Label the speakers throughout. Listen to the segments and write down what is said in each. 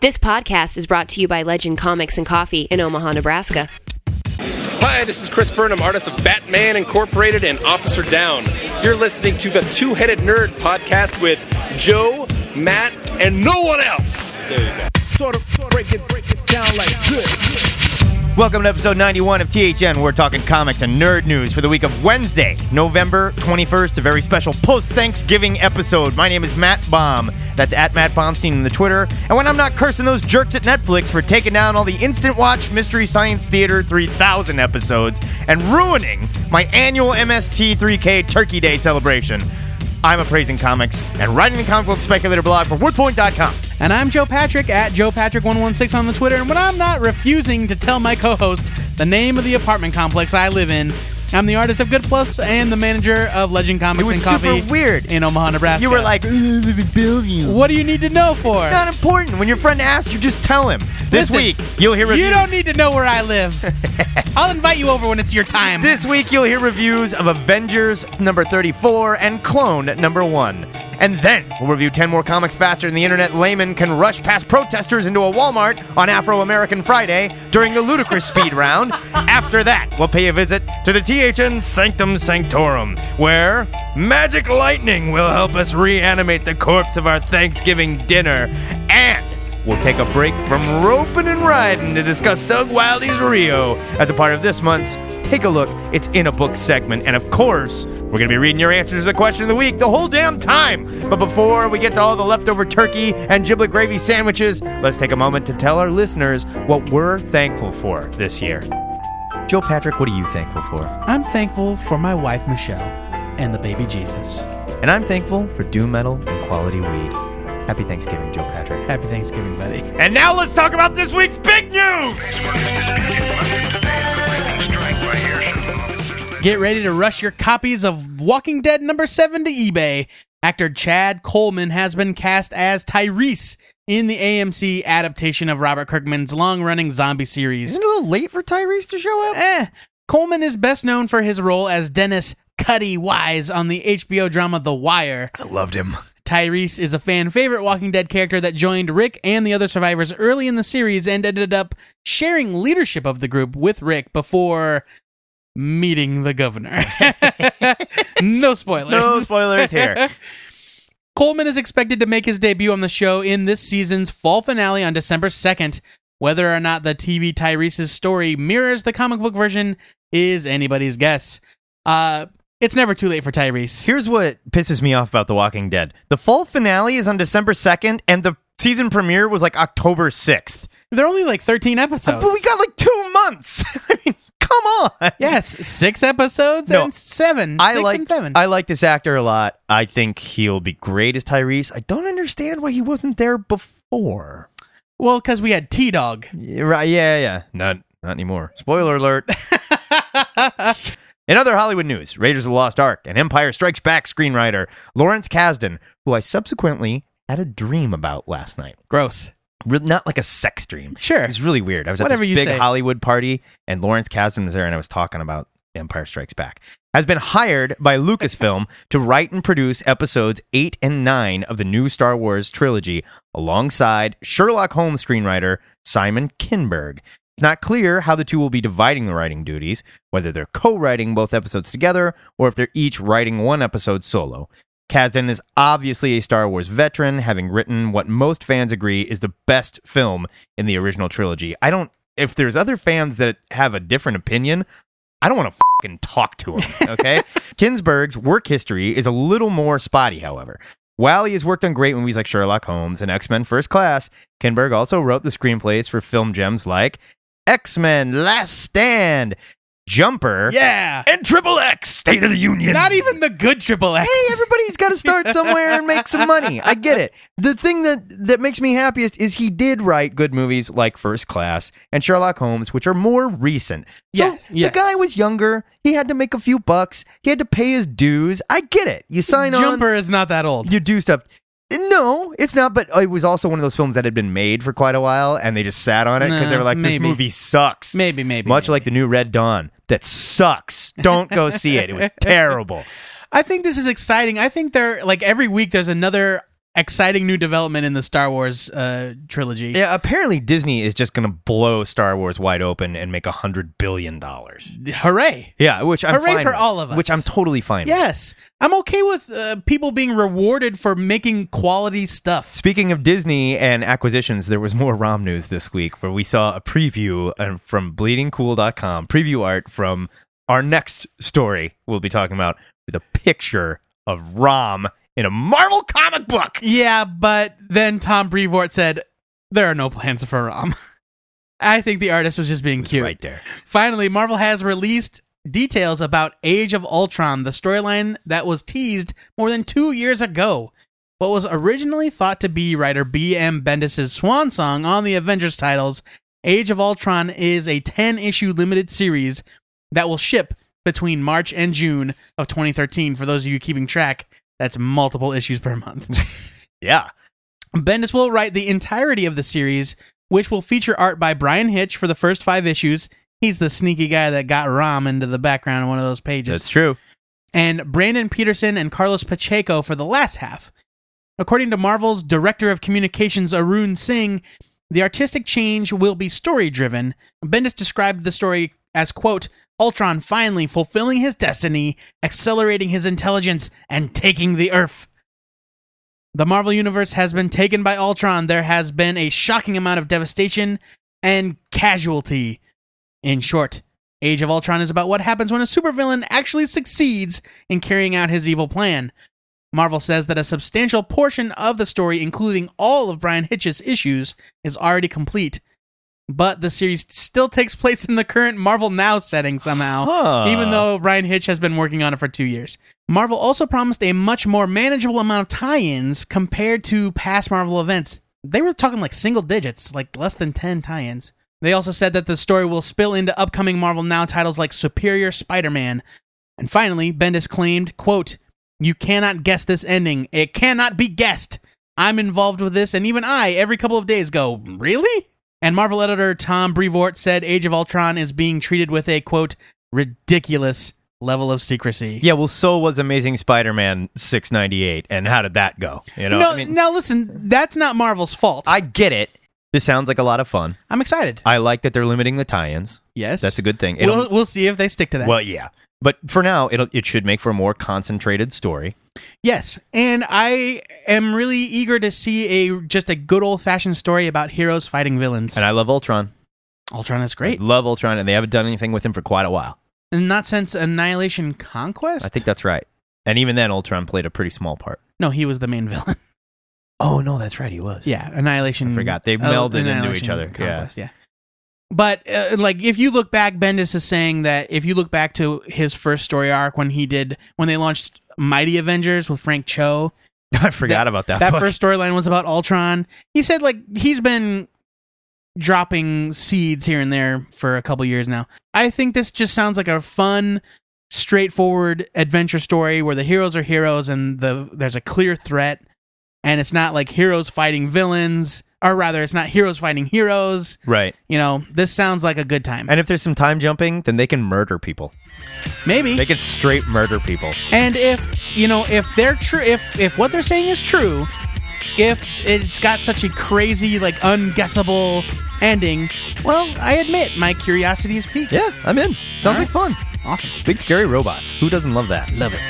Speaker 1: This podcast is brought to you by Legend Comics and Coffee in Omaha, Nebraska.
Speaker 2: Hi, this is Chris Burnham, artist of Batman Incorporated and Officer Down. You're listening to the Two Headed Nerd podcast with Joe, Matt, and no one else. There you go.
Speaker 3: sort of break it, break it down like this.
Speaker 4: Welcome to episode 91 of THN. We're talking comics and nerd news for the week of Wednesday, November 21st, a very special post Thanksgiving episode. My name is Matt Baum. That's at Matt Baumstein on the Twitter. And when I'm not cursing those jerks at Netflix for taking down all the Instant Watch Mystery Science Theater 3000 episodes and ruining my annual MST3K Turkey Day celebration, I'm appraising comics and writing the comic book speculator blog for WordPoint.com.
Speaker 5: And I'm Joe Patrick at Joe Patrick116 on the Twitter. And when I'm not refusing to tell my co host the name of the apartment complex I live in, I'm the artist of Good Plus and the manager of Legend Comics
Speaker 4: was
Speaker 5: and Coffee
Speaker 4: super weird.
Speaker 5: in Omaha, Nebraska.
Speaker 4: You were like, billion.
Speaker 5: what do you need to know for?
Speaker 4: not important. When your friend asks, you just tell him. This
Speaker 5: Listen,
Speaker 4: week, you'll hear reviews.
Speaker 5: You don't need to know where I live. I'll invite you over when it's your time.
Speaker 4: this week, you'll hear reviews of Avengers number 34 and Clone number 1. And then we'll review 10 more comics faster than the internet layman can rush past protesters into a Walmart on Afro American Friday during the ludicrous speed round. After that, we'll pay a visit to the THN Sanctum Sanctorum, where magic lightning will help us reanimate the corpse of our Thanksgiving dinner. And We'll take a break from roping and riding to discuss Doug Wiley's Rio as a part of this month's Take a Look, It's in a Book segment. And of course, we're going to be reading your answers to the question of the week the whole damn time. But before we get to all the leftover turkey and giblet gravy sandwiches, let's take a moment to tell our listeners what we're thankful for this year. Joe Patrick, what are you thankful for?
Speaker 5: I'm thankful for my wife, Michelle, and the baby Jesus.
Speaker 4: And I'm thankful for doom metal and quality weed. Happy Thanksgiving, Joe Patrick.
Speaker 5: Happy Thanksgiving, buddy.
Speaker 4: And now let's talk about this week's big news!
Speaker 5: Get ready to rush your copies of Walking Dead number 7 to eBay. Actor Chad Coleman has been cast as Tyrese in the AMC adaptation of Robert Kirkman's long running zombie series.
Speaker 4: Isn't it a little late for Tyrese to show up?
Speaker 5: Eh, Coleman is best known for his role as Dennis Cuddy Wise on the HBO drama The Wire.
Speaker 4: I loved him.
Speaker 5: Tyrese is a fan favorite Walking Dead character that joined Rick and the other survivors early in the series and ended up sharing leadership of the group with Rick before meeting the governor. no spoilers.
Speaker 4: No spoilers here.
Speaker 5: Coleman is expected to make his debut on the show in this season's fall finale on December 2nd. Whether or not the TV Tyrese's story mirrors the comic book version is anybody's guess. Uh, it's never too late for Tyrese.
Speaker 4: Here's what pisses me off about The Walking Dead. The fall finale is on December 2nd, and the season premiere was like October 6th.
Speaker 5: They're only like 13 episodes.
Speaker 4: But we got like two months. I mean, come on.
Speaker 5: Yes, six episodes
Speaker 4: No,
Speaker 5: and seven.
Speaker 4: I
Speaker 5: six
Speaker 4: like
Speaker 5: and seven.
Speaker 4: I like this actor a lot. I think he'll be great as Tyrese. I don't understand why he wasn't there before.
Speaker 5: well, because we had T Dog.
Speaker 4: Yeah, right? Yeah, yeah. Not not anymore. Spoiler alert. In other Hollywood news, Raiders of the Lost Ark and Empire Strikes Back screenwriter Lawrence Kasdan, who I subsequently had a dream about last night.
Speaker 5: Gross.
Speaker 4: Re- not like a sex dream.
Speaker 5: Sure.
Speaker 4: It was really weird. I was
Speaker 5: Whatever
Speaker 4: at
Speaker 5: you
Speaker 4: this big
Speaker 5: say.
Speaker 4: Hollywood party, and Lawrence Kasdan was there, and I was talking about Empire Strikes Back. Has been hired by Lucasfilm to write and produce episodes eight and nine of the new Star Wars trilogy, alongside Sherlock Holmes screenwriter Simon Kinberg. It's not clear how the two will be dividing the writing duties, whether they're co-writing both episodes together or if they're each writing one episode solo. Kasdan is obviously a Star Wars veteran, having written what most fans agree is the best film in the original trilogy. I don't. If there's other fans that have a different opinion, I don't want to fucking talk to him. Okay. Kinsberg's work history is a little more spotty, however. While he has worked on great movies like Sherlock Holmes and X Men First Class, Kinberg also wrote the screenplays for film gems like X Men Last Stand, Jumper,
Speaker 5: Yeah.
Speaker 4: and Triple X State of the Union.
Speaker 5: Not even the good Triple X.
Speaker 4: Hey, everybody's got to start somewhere and make some money. I get it. The thing that that makes me happiest is he did write good movies like First Class and Sherlock Holmes, which are more recent. So
Speaker 5: Yeah, yes.
Speaker 4: the guy was younger. He had to make a few bucks. He had to pay his dues. I get it. You sign on
Speaker 5: Jumper is not that old.
Speaker 4: you do stuff. No, it's not. But uh, it was also one of those films that had been made for quite a while, and they just sat on it because they
Speaker 5: Nah,
Speaker 4: were like, "This
Speaker 5: maybe.
Speaker 4: movie sucks."
Speaker 5: Maybe, maybe,
Speaker 4: Much
Speaker 5: maybe.
Speaker 4: like the new Red Dawn, that sucks. Don't go see it. It was terrible.
Speaker 5: I think this is exciting. I think they're like every week there's another exciting new development in the Star Wars uh, trilogy.
Speaker 4: Yeah, apparently Disney is just going to blow Star Wars wide open and make a hundred billion dollars.
Speaker 5: Hooray!
Speaker 4: Yeah, which I'm
Speaker 5: Hooray
Speaker 4: fine
Speaker 5: for
Speaker 4: with,
Speaker 5: all of us.
Speaker 4: Which I'm totally fine. with.
Speaker 5: Yes, I'm okay with uh, people being rewarded for making quality stuff.
Speaker 4: Speaking of Disney and acquisitions, there was more ROM news this week where we saw a preview uh, from bleedingcool.com, preview art from our next story we'll be talking about with a picture of ROM in a Marvel comic book.
Speaker 5: Yeah, but then Tom Brevoort said there are no plans for Rom. I think the artist was just being
Speaker 4: It's
Speaker 5: cute.
Speaker 4: Right there.
Speaker 5: Finally, Marvel has released details about Age of Ultron, the storyline that was teased more than two years ago. What was originally thought to be writer B.M. Bendis' swan song on the Avengers titles, Age of Ultron is a 10 issue limited series that will ship between March and June of 2013. For those of you keeping track, that's multiple issues per month.
Speaker 4: Yeah.
Speaker 5: Bendis will write the entirety of the series, which will feature art by Brian Hitch for the first five issues. He's the sneaky guy that got Rom into the background in one of those pages.
Speaker 4: That's true.
Speaker 5: and Brandon Peterson and Carlos Pacheco for the last half. According to Marvel's Director of Communications Arun Singh, the artistic change will be story driven. Bendis described the story as quote, Ultron finally fulfilling his destiny, accelerating his intelligence, and taking the Earth. The Marvel Universe has been taken by Ultron. There has been a shocking amount of devastation and casualty. In short, Age of Ultron is about what happens when a supervillain actually succeeds in carrying out his evil plan. Marvel says that a substantial portion of the story, including all of Brian Hitch's issues, is already complete. But the series still takes place in the current Marvel Now setting somehow,
Speaker 4: Huh.
Speaker 5: even though Brian Hitch has been working on it for two years. Marvel also promised a much more manageable amount of tie ins compared to past Marvel events. They were talking like single digits, like less than 10 tie ins. They also said that the story will spill into upcoming Marvel Now titles like Superior Spider-Man. And finally, Bendis claimed, quote, "You cannot guess this ending. It cannot be guessed. I'm involved with this and even I every couple of days go, "Really?" And Marvel editor Tom Brevoort said Age of Ultron is being treated with a quote, "ridiculous level of secrecy."
Speaker 4: Yeah, well, so was Amazing Spider-Man 698, and how did that go? You know,
Speaker 5: no,
Speaker 4: I mean,
Speaker 5: now listen, that's not Marvel's fault.
Speaker 4: I get it. This sounds like a lot of fun.
Speaker 5: I'm excited.
Speaker 4: I like that they're limiting the tie-ins.
Speaker 5: yes.
Speaker 4: That's a good thing. It'll-
Speaker 5: We'll, we'll see if they stick to that.
Speaker 4: well, yeah, but for now, it'll, it should make for a more concentrated story.
Speaker 5: Yes, and I am really eager to see a just a good old fashioned story about heroes fighting villains.
Speaker 4: And I love Ultron.
Speaker 5: Ultron is
Speaker 4: I
Speaker 5: great,
Speaker 4: love Ultron, and they haven't done anything with him for quite a while.
Speaker 5: and not since Annihilation Conquest.
Speaker 4: I think that's right. And even then, Ultron played a pretty small part.
Speaker 5: no, he was the main villain.
Speaker 4: Oh no, that's right, he was.
Speaker 5: yeah, Annihilation.
Speaker 4: I forgot. They
Speaker 5: uh,
Speaker 4: melded into
Speaker 5: Annihilation
Speaker 4: each other. Yeah.
Speaker 5: Conquest, yeah. But uh, like, if you look back, Bendis is saying that if you look back to his first story arc when he did when they launched Mighty Avengers with Frank Cho,
Speaker 4: I forgot about that.
Speaker 5: that
Speaker 4: book.
Speaker 5: first storyline was about Ultron. He said like he's been dropping seeds here and there for a couple years now. I think this just sounds like a fun, straightforward adventure story where the heroes are heroes and the there's a clear threat and it's not like heroes fighting villains or rather it's not heroes fighting heroes.
Speaker 4: right?
Speaker 5: You know, this sounds like a good time.
Speaker 4: And if there's some time jumping, then they can murder people.
Speaker 5: Maybe.
Speaker 4: They can straight murder people.
Speaker 5: And if you know, if they're true, if if what they're saying is true, if it's got such a crazy, like unguessable ending, well, I admit my curiosity is piqued.
Speaker 4: Yeah, I'm in. Sounds like fun.
Speaker 5: Awesome.
Speaker 4: Big scary robots. Who doesn't love that?
Speaker 5: Love it.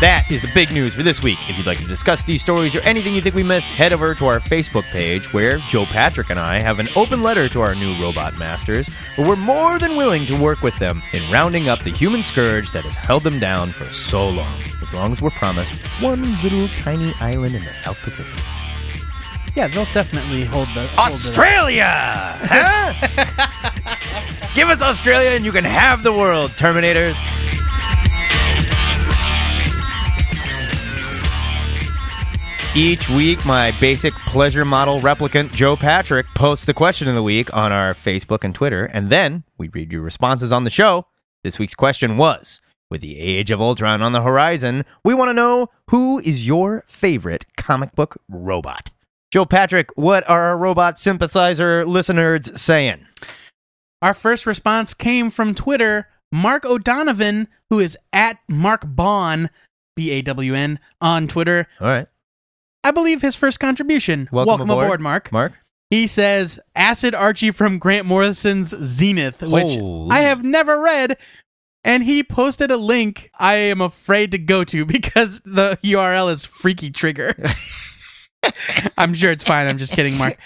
Speaker 4: That is the big news for this week. If you'd like to discuss these stories or anything you think we missed, head over to our Facebook page where Joe Patrick and I have an open letter to our new robot masters, but we're more than willing to work with them in rounding up the human scourge that has held them down for so long, as long as we're promised one little tiny island in the South Pacific.
Speaker 5: Yeah, they'll definitely hold the hold the-
Speaker 4: Australia! Huh? Give us Australia and you can have the world, Terminators. Each week, my basic pleasure model replicant, Joe Patrick, posts the question of the week on our Facebook and Twitter, and then we read your responses on the show. This week's question was With the age of Ultron on the horizon, we want to know who is your favorite comic book robot? Joe Patrick, what are our robot sympathizer listeners saying?
Speaker 5: Our first response came from Twitter, Mark O'Donovan, who is at Mark Bond, B A W N, on Twitter.
Speaker 4: All right.
Speaker 5: I believe his first contribution.
Speaker 4: Welcome, aboard,
Speaker 5: Mark.
Speaker 4: Mark.
Speaker 5: He says Acid Archie from Grant Morrison's Zenith, which
Speaker 4: Holy.
Speaker 5: I have never read. And he posted a link I am afraid to go to because the URL is Freaky Trigger. I'm sure it's fine. I'm just kidding, Mark.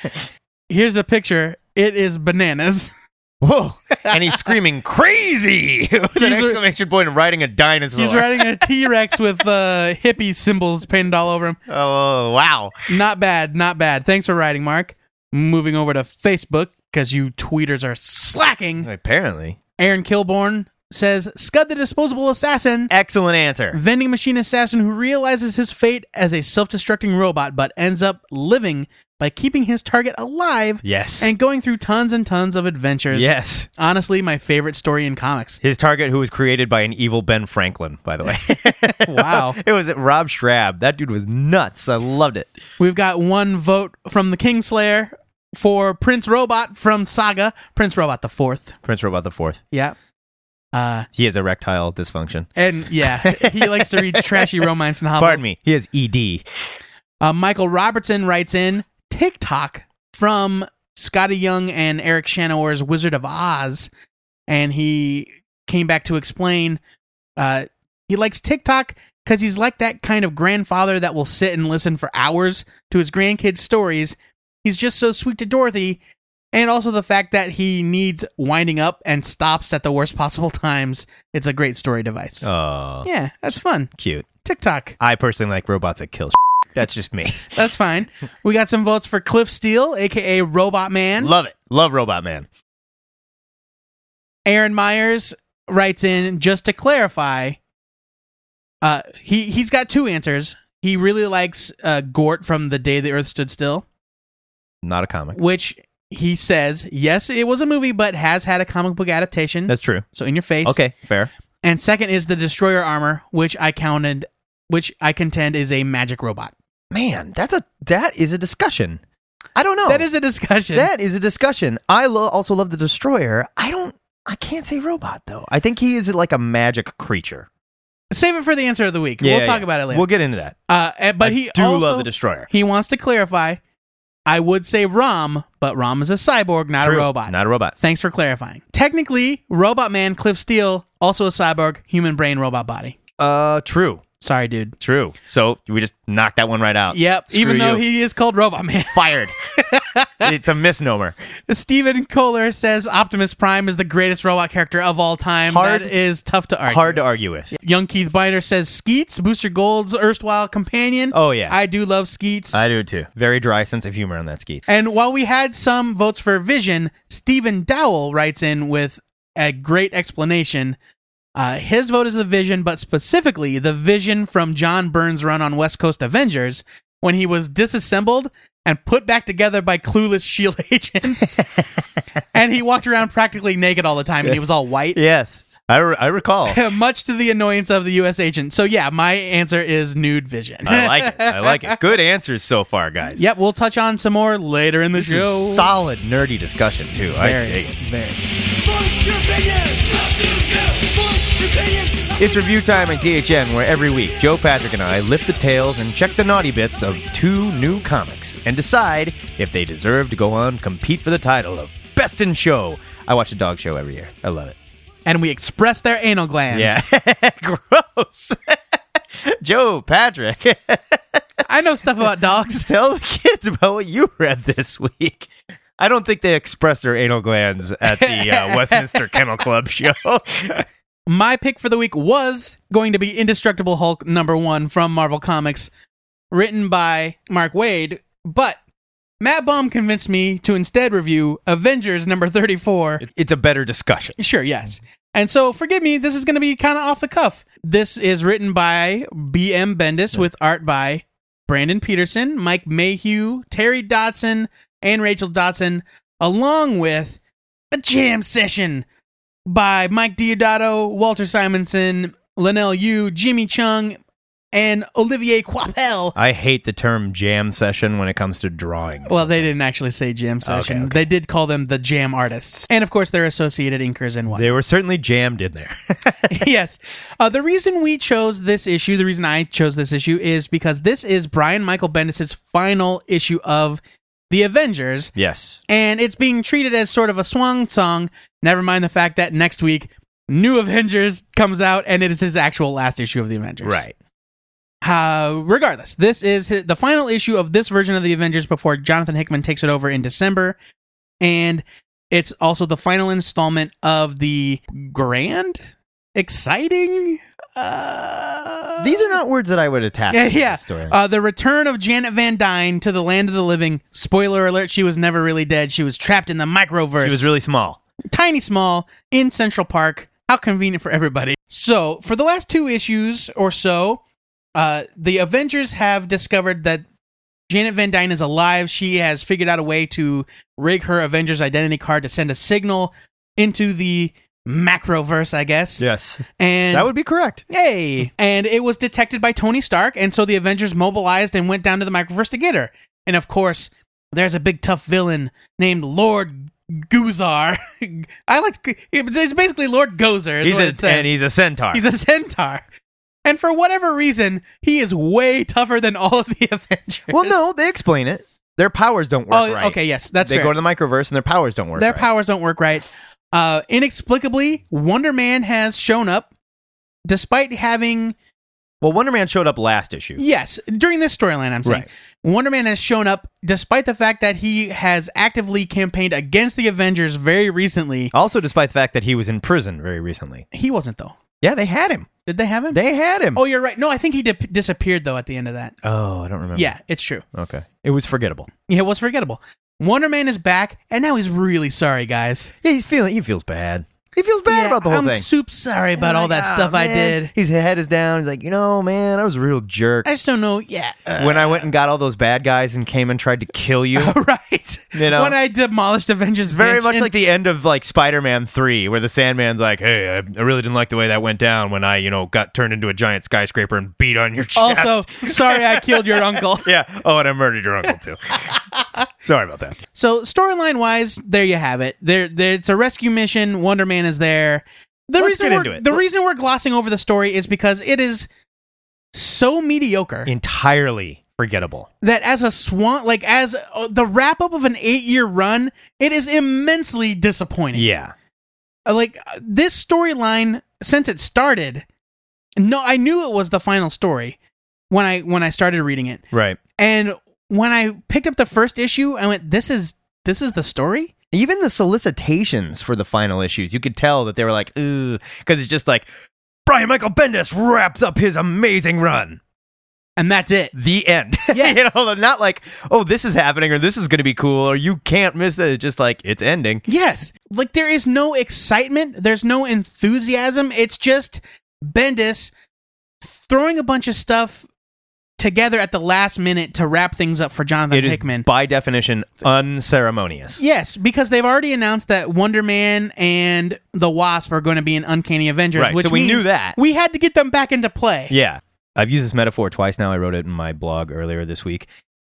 Speaker 5: Here's a picture. It is bananas.
Speaker 4: Whoa. and he's screaming crazy with an
Speaker 5: He's a-
Speaker 4: exclamation point and riding a dinosaur.
Speaker 5: He's riding a T Rex with uh, hippie symbols pinned all over him.
Speaker 4: Oh, wow.
Speaker 5: Not bad, not bad. Thanks for writing, Mark. Moving over to Facebook because you tweeters are slacking.
Speaker 4: Apparently.
Speaker 5: Aaron Kilborn says Scud the disposable assassin,
Speaker 4: Excellent answer.
Speaker 5: vending machine assassin who realizes his fate as a self destructing robot but ends up living by keeping his target alive
Speaker 4: Yes.
Speaker 5: and going through tons and tons of adventures.
Speaker 4: yes.
Speaker 5: Honestly, my favorite story in comics.
Speaker 4: His target, who was created by an evil Ben Franklin, by the way.
Speaker 5: Wow.
Speaker 4: it was Rob Schrab. That dude was nuts. I loved it.
Speaker 5: We've got one vote from the Kingslayer for Prince Robot from Saga, Prince Robot the Fourth.
Speaker 4: Prince Robot the Fourth.
Speaker 5: Yeah. Uh,
Speaker 4: He has erectile dysfunction.
Speaker 5: and yeah, he likes to read trashy romance novels.
Speaker 4: Pardon me. He has E ED.
Speaker 5: Uh, Michael Robertson writes in TikTok from Scotty Young and Eric Shanower's Wizard of Oz, and he came back to explain uh, he likes TikTok because he's like that kind of grandfather that will sit and listen for hours to his grandkids' stories. He's just so sweet to Dorothy, and also the fact that he needs winding up and stops at the worst possible times. It's a great story device.
Speaker 4: Oh,
Speaker 5: Yeah, that's fun.
Speaker 4: cute.
Speaker 5: TikTok.
Speaker 4: I personally like robots that kill. That's just me.
Speaker 5: That's fine. We got some votes for Cliff Steele, aka Robot Man.
Speaker 4: Love it. Love Robot Man.
Speaker 5: Aaron Myers writes in just to clarify. Uh, he he's got two answers. He really likes uh, Gort from The Day the Earth Stood Still,
Speaker 4: Not a comic.
Speaker 5: which he says yes, it was a movie, but has had a comic book adaptation.
Speaker 4: That's true.
Speaker 5: so in your face.
Speaker 4: Okay, fair.
Speaker 5: And second is the Destroyer armor, which I counted, which I contend is a magic robot.
Speaker 4: Man, that's a that is a discussion. I don't know.
Speaker 5: That is a
Speaker 4: Oh.
Speaker 5: discussion.
Speaker 4: That is a discussion. I lo- also love the destroyer. I don't. I can't say robot though. I think he is like a magic creature.
Speaker 5: Save it for the answer of the week. we'll talk about it later.
Speaker 4: We'll get into that.
Speaker 5: uh, and- but
Speaker 4: I
Speaker 5: he
Speaker 4: do
Speaker 5: also,
Speaker 4: love the destroyer.
Speaker 5: He wants to clarify. I would say Rom, but Rom is a cyborg, not
Speaker 4: True.
Speaker 5: a robot.
Speaker 4: Not a robot.
Speaker 5: Thanks for clarifying. Technically, Robot Man Cliff Steele, also a cyborg, human brain, robot body.
Speaker 4: Uh, true.
Speaker 5: Sorry, dude.
Speaker 4: True. So we just knocked that one right out.
Speaker 5: Yep,
Speaker 4: Screw
Speaker 5: even though
Speaker 4: you.
Speaker 5: he is called Robot Man.
Speaker 4: fired. it's a misnomer.
Speaker 5: Steven Kohler says Optimus Prime is the greatest robot character of all time.
Speaker 4: Hard-
Speaker 5: that is tough to argue.
Speaker 4: Hard to argue with.
Speaker 5: Young Keith Binder says Skeets, Booster Gold's erstwhile companion.
Speaker 4: Oh yeah.
Speaker 5: I do love Skeets.
Speaker 4: I do too. Very dry sense of humor on that ski.
Speaker 5: And while we had some votes for Vision, Stephen Dowell writes in with a great explanation. Uh, his vote is the Vision, but specifically the Vision from John Burns' run on West Coast Avengers when he was disassembled and put back together by clueless Shield E agents, and he walked around practically naked all the time, and he was all white.
Speaker 4: Yes, I, re- I recall.
Speaker 5: Much to the annoyance of the U.S. agent. So yeah, my answer is nude vision.
Speaker 4: I like it. I like it. Good answers so far, guys.
Speaker 5: Yep, we'll touch on some more later in the
Speaker 4: This is
Speaker 5: show.
Speaker 4: solid nerdy discussion too. I
Speaker 5: Very,
Speaker 4: dig it.
Speaker 5: very.
Speaker 6: Voice your opinion. Voice your opinion.
Speaker 4: It's review time at DHN, where every week Joe Patrick and I lift the tails and check the naughty bits of two new comics and decide if they deserve to go on and compete for the title of Best in Show. I watch a dog show every year. I love it.
Speaker 5: and we express their anal glands.
Speaker 4: gross. Joe Patrick,
Speaker 5: I know stuff about dogs.
Speaker 4: tell the kids about what you read this week. I don't think they expressed their anal glands at the uh, Westminster Kennel Club show.
Speaker 5: My pick for the week was going to be Indestructible Hulk number one from Marvel Comics, written by Mark Wade, but Matt Baum convinced me to instead review Avengers number 34.
Speaker 4: it's a better discussion.
Speaker 5: Sure, yes. And so, forgive me, this is going to be kind of off the cuff. This is written by B.M. Bendis with art by Brandon Peterson, Mike Mayhew, Terry Dodson, and Rachel Dodson, along with a jam session by Mike Diodato, Walter Simonson, Linnell Yu, Jimmy Chung, and Olivier Coipel.
Speaker 4: I hate the term jam session when it comes to drawing.
Speaker 5: Well, they didn't actually say jam session.
Speaker 4: okay.
Speaker 5: They did call them the jam artists. And of course, their associated inkers and what.
Speaker 4: They were certainly jammed in there.
Speaker 5: yes. Uh, the reason we chose this issue, the reason I chose this issue, is because this is Brian Michael Bendis' final issue of The Avengers,
Speaker 4: yes.
Speaker 5: and it's being treated as sort of a swan song. Never mind the fact that next week, New Avengers comes out, and it is his actual last issue of The Avengers.
Speaker 4: Right.
Speaker 5: Uh, regardless, this is hi- the final issue of this version of the Avengers before Jonathan Hickman takes it over in December, and it's also the final installment of the grand, exciting. Uh,
Speaker 4: These are not words that I would attach
Speaker 5: yeah,
Speaker 4: to the
Speaker 5: yeah.
Speaker 4: story.
Speaker 5: Uh, the return of Janet Van Dyne to the land of the living. Spoiler alert: she was never really dead. She was trapped in the microverse.
Speaker 4: it was really small.
Speaker 5: tiny small in Central Park. How convenient for everybody. So, for the last two issues or so, uh, the Avengers have discovered that Janet Van Dyne is alive. She has figured out a way to rig her Avengers identity card to send a signal into the macroverse, I guess.
Speaker 4: Yes.
Speaker 5: And
Speaker 4: that would be correct.
Speaker 5: Hey! And it was detected by Tony Stark, and so the Avengers mobilized and went down to the microverse to get her. And of course, there's a big tough villain named Lord Guzar. I like to, it's basically Lord Gozer. Is
Speaker 4: He's
Speaker 5: what
Speaker 4: a,
Speaker 5: it says.
Speaker 4: and he's a centaur.
Speaker 5: He's a centaur. And for whatever reason, he is way tougher than all of the Avengers.
Speaker 4: well, no, they explain it. Their powers don't work
Speaker 5: Oh,
Speaker 4: right.
Speaker 5: okay, yes, that's
Speaker 4: they
Speaker 5: fair.
Speaker 4: go to the microverse and their powers don't work.
Speaker 5: Their
Speaker 4: right.
Speaker 5: powers don't work right. Uh, inexplicably, Wonder Man has shown up, despite having
Speaker 4: Well, Wonder Man showed up last issue.
Speaker 5: Yes, during this storyline, I'm saying
Speaker 4: Right.
Speaker 5: Wonder Man has shown up despite the fact that he has actively campaigned against the Avengers very recently.
Speaker 4: Also, despite the fact that he was in prison very recently.
Speaker 5: He wasn't though.
Speaker 4: Yeah, they had him.
Speaker 5: Did they have him?
Speaker 4: They had him.
Speaker 5: oh, you're right. No, I think he dip disappeared though at the end of that.
Speaker 4: Oh, I don't remember.
Speaker 5: Yeah, it's true.
Speaker 4: Okay. It was forgettable.
Speaker 5: Yeah, it was forgettable. Wonder Man is back, and now he's really sorry, guys.
Speaker 4: Yeah, he's feeling. He feels bad. He feels bad
Speaker 5: Yeah,
Speaker 4: about the whole
Speaker 5: I'm
Speaker 4: thing.
Speaker 5: super sorry about all that stuff I did.
Speaker 4: His head is down. He's like, you know, man, I was a real jerk.
Speaker 5: I just don't know. Yeah, uh,
Speaker 4: when I went and got all those bad guys and came and tried to kill you.
Speaker 5: right.
Speaker 4: You know.
Speaker 5: when I demolished Avengers,
Speaker 4: Very much
Speaker 5: Mansion.
Speaker 4: like the end of like Spider-Man 3 where the Sandman's like, "Hey, I, I really didn't like the way that went down when I, you know, got turned into a giant skyscraper and beat on your chest."
Speaker 5: Also, sorry I killed your uncle.
Speaker 4: yeah. Oh, and I murdered your uncle too. Sorry about that.
Speaker 5: So storyline wise, there you have it. There, there it's a rescue mission. Wonder Man is there. The
Speaker 4: Let's
Speaker 5: reason
Speaker 4: get
Speaker 5: we're,
Speaker 4: into it.
Speaker 5: the
Speaker 4: Let-
Speaker 5: reason we're glossing over the story is because it is so mediocre
Speaker 4: Entirely forgettable.
Speaker 5: that as a swan, like as uh, the wrap up of an eight year run, it is immensely disappointing.
Speaker 4: Yeah.
Speaker 5: Uh, like uh, this storyline since it started. No, I knew it was the final story when I when I started reading it.
Speaker 4: Right.
Speaker 5: And when I picked up the first issue, I went, "This is this is the story."
Speaker 4: Even the solicitations for the final issues, you could tell that they were like, ooh, because it's just like, Brian Michael Bendis wraps up his amazing run.
Speaker 5: And that's it.
Speaker 4: The end.
Speaker 5: Yeah.
Speaker 4: you know, not like, oh, this is happening or this is going to be cool or you can't miss it. It's just like, it's ending.
Speaker 5: Yes. Like there is no excitement, there's no enthusiasm. It's just Bendis throwing a bunch of stuff together at the last minute to wrap things up for Jonathan
Speaker 4: It is,
Speaker 5: Hickman.
Speaker 4: by definition, unceremonious.
Speaker 5: yes, because they've already announced that Wonder Man and the Wasp are going to be in Uncanny Avengers,
Speaker 4: Right,
Speaker 5: which
Speaker 4: so we knew
Speaker 5: means
Speaker 4: that.
Speaker 5: We had to get them back into play.
Speaker 4: Yeah. I've used this metaphor twice now. I wrote it in my blog earlier this week.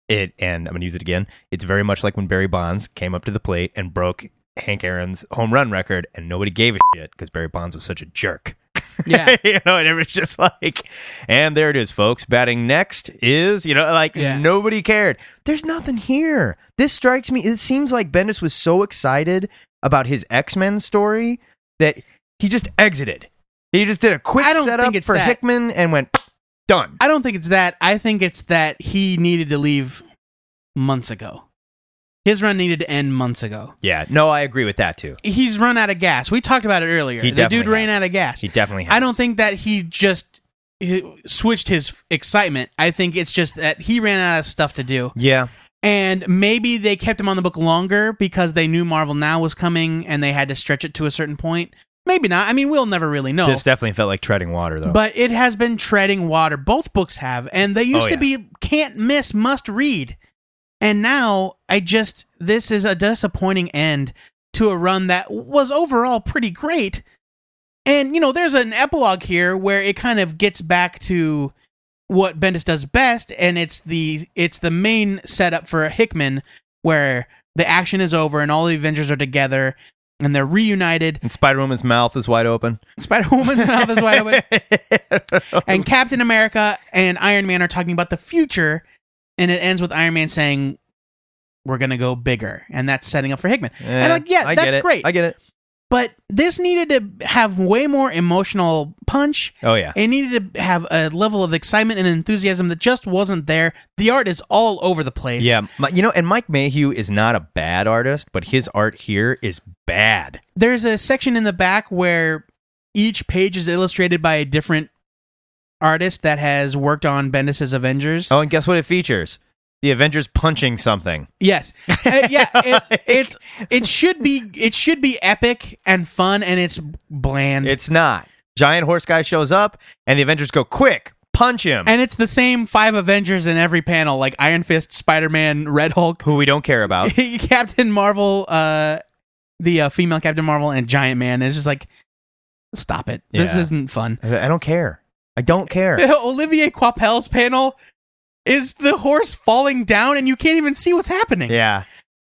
Speaker 4: It and I'm gonna use it again. It's very much like when Barry Bonds came up to the plate and broke Hank Aaron's home run record, and nobody gave a shit because Barry Bonds was such a jerk.
Speaker 5: Yeah.
Speaker 4: you know, and it was just like, and there it is, folks. Batting next is, you know, like
Speaker 5: Yeah.
Speaker 4: nobody cared. There's nothing here. This strikes me. It seems like Bendis was so excited about his X Men story that he just exited. He just did a quick
Speaker 5: I don't
Speaker 4: setup
Speaker 5: think it's
Speaker 4: for
Speaker 5: that.
Speaker 4: Hickman and went done.
Speaker 5: I don't think it's that. I think it's that he needed to leave months ago. His run needed to end months ago.
Speaker 4: Yeah, no, I agree with that too.
Speaker 5: he's run out of gas. We talked about it earlier.
Speaker 4: He
Speaker 5: the
Speaker 4: definitely
Speaker 5: dude ran
Speaker 4: has.
Speaker 5: out of gas.
Speaker 4: He definitely. Has.
Speaker 5: I don't think that he just he switched his excitement. I think it's just that he ran out of stuff to do.
Speaker 4: Yeah,
Speaker 5: And maybe they kept him on the book longer because they knew Marvel Now was coming and they had to stretch it to a certain point. Maybe not. I mean, we'll never really know.
Speaker 4: this definitely felt like treading water though.
Speaker 5: but it has been treading water. Both books have, and they used
Speaker 4: Oh,
Speaker 5: to be can't miss, must read. And now I just this is a disappointing end to a run that was overall pretty great. And you know, there's an epilogue here where it kind of gets back to what Bendis does best, and it's the it's the main setup for Hickman, where the action is over and all the Avengers are together and they're reunited.
Speaker 4: And Spider Woman's mouth is wide open.
Speaker 5: Spider Woman's mouth is wide open, and Captain America and Iron Man are talking about the future, and it ends with Iron Man saying, "We're gonna go bigger," and that's setting up for Hickman. and like, yeah,
Speaker 4: I get
Speaker 5: that's
Speaker 4: it.
Speaker 5: great.
Speaker 4: I get it.
Speaker 5: but this needed to have way more emotional punch.
Speaker 4: Oh yeah.
Speaker 5: It needed to have a level of excitement and enthusiasm that just wasn't there. The art is all over the place.
Speaker 4: Yeah, my, you know, and Mike Mayhew is not a bad artist, but his art here is bad.
Speaker 5: There's a section in the back where each page is illustrated by a different artist that has worked on Bendis's Avengers.
Speaker 4: Oh, and guess what? It features the Avengers punching something.
Speaker 5: Yes. Uh, yeah, it, it's it should be it should be epic and fun and it's bland.
Speaker 4: It's not. Giant horse guy shows up, and the Avengers go quick, punch him,
Speaker 5: and it's the same five Avengers in every panel like Iron Fist, Spider-Man, Red Hulk,
Speaker 4: who we don't care about.
Speaker 5: Captain Marvel, uh, the uh, female Captain Marvel, and Giant Man. It's just like, stop it. This
Speaker 4: Yeah.
Speaker 5: isn't fun.
Speaker 4: I I don't care. I don't care.
Speaker 5: Olivier Coipel's panel is the horse falling down, and you can't even see what's happening.
Speaker 4: yeah,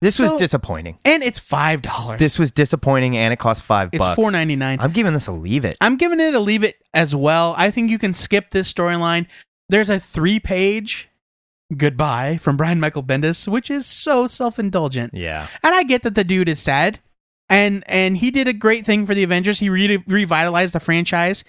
Speaker 4: this
Speaker 5: So-
Speaker 4: was disappointing.
Speaker 5: And it's five dollars.
Speaker 4: This was disappointing, and it cost five
Speaker 5: it's
Speaker 4: bucks.
Speaker 5: four ninety nine.
Speaker 4: I'm giving this a leave it.
Speaker 5: I'm giving it a leave it as well. I think you can skip this storyline. There's a three page goodbye from Brian Michael Bendis, which is so self indulgent.
Speaker 4: Yeah,
Speaker 5: And I get that the dude is sad, and and he did a great thing for the Avengers. He re- revitalized the franchise.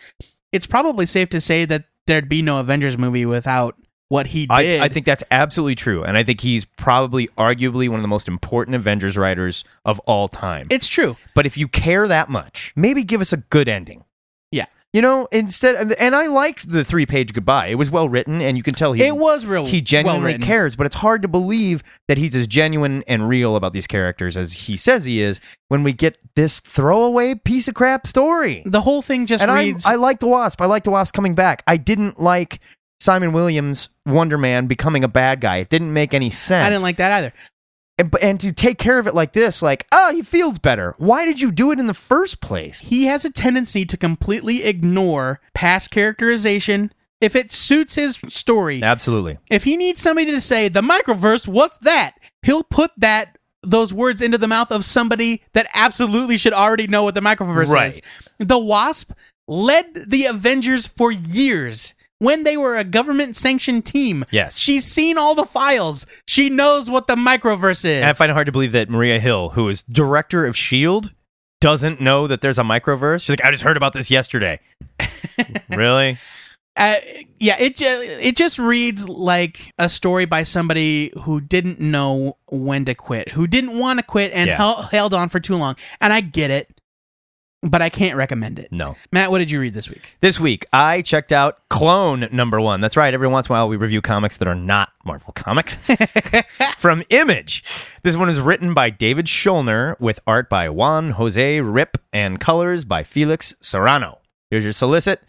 Speaker 5: It's probably safe to say that there'd be no Avengers movie without what he did.
Speaker 4: I, I think that's absolutely true, and I think he's probably, arguably, one of the most important Avengers writers of all time.
Speaker 5: it's true.
Speaker 4: But if you care that much, maybe give us a good ending.
Speaker 5: Yeah.
Speaker 4: You know, instead, and I liked the three page goodbye. It was well written, and you can tell he
Speaker 5: it was real.
Speaker 4: he genuinely
Speaker 5: well-written.
Speaker 4: cares. But it's hard to believe that he's as genuine and real about these characters as he says he is when we get this throwaway piece of crap story.
Speaker 5: The whole thing just
Speaker 4: And I,
Speaker 5: reads.
Speaker 4: I like the Wasp. I like the Wasp coming back. I didn't like Simon Williams Wonder Man becoming a bad guy. It didn't make any sense.
Speaker 5: I didn't like that either.
Speaker 4: and, but- and to take care of it like this, like oh, he feels better. Why did you do it in the first place?
Speaker 5: He has a tendency to completely ignore past characterization if it suits his story.
Speaker 4: Absolutely.
Speaker 5: If he needs somebody to say the microverse, what's that? He'll put that those words into the mouth of somebody that absolutely should already know what the microverse
Speaker 4: Right.
Speaker 5: is. The Wasp led the Avengers for years when they were a government sanctioned team.
Speaker 4: Yes.
Speaker 5: She's seen all the files. She knows what the microverse is.
Speaker 4: And I find it hard to believe that Maria Hill, who is director of S.H.I.E.L.D., E doesn't know that there's a microverse. She's like, I just heard about this yesterday. really?
Speaker 5: uh, yeah, it ju- it just reads like a story by somebody who didn't know when to quit, who didn't want to quit, and
Speaker 4: Yeah.
Speaker 5: hel- held on for too long. And I get it, but I can't recommend it.
Speaker 4: No.
Speaker 5: Matt, what did you read this week?
Speaker 4: This week, I checked out Clone number one. That's right. Every once in a while, we review comics that are not Marvel comics from Image. This one is written by David Schulner with art by Juan Jose Rip and colors by Felix Serrano. Here's your solicit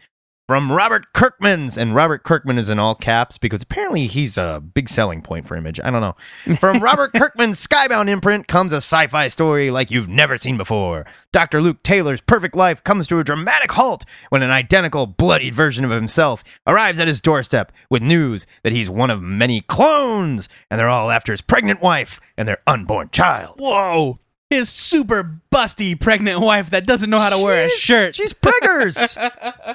Speaker 4: from Robert Kirkman's. And Robert Kirkman is in all caps because apparently he's a big selling point for Image. I don't know. From Robert Kirkman's Skybound imprint comes a sci fi story like you've never seen before. Dr. Luke Taylor's perfect life comes to a dramatic halt when an identical, bloodied version of himself arrives at his doorstep with news that he's one of many clones and they're all after his pregnant wife and their unborn child.
Speaker 5: Whoa, his super busty pregnant wife that doesn't know how to wear a
Speaker 4: She's-
Speaker 5: shirt.
Speaker 4: She's preggers.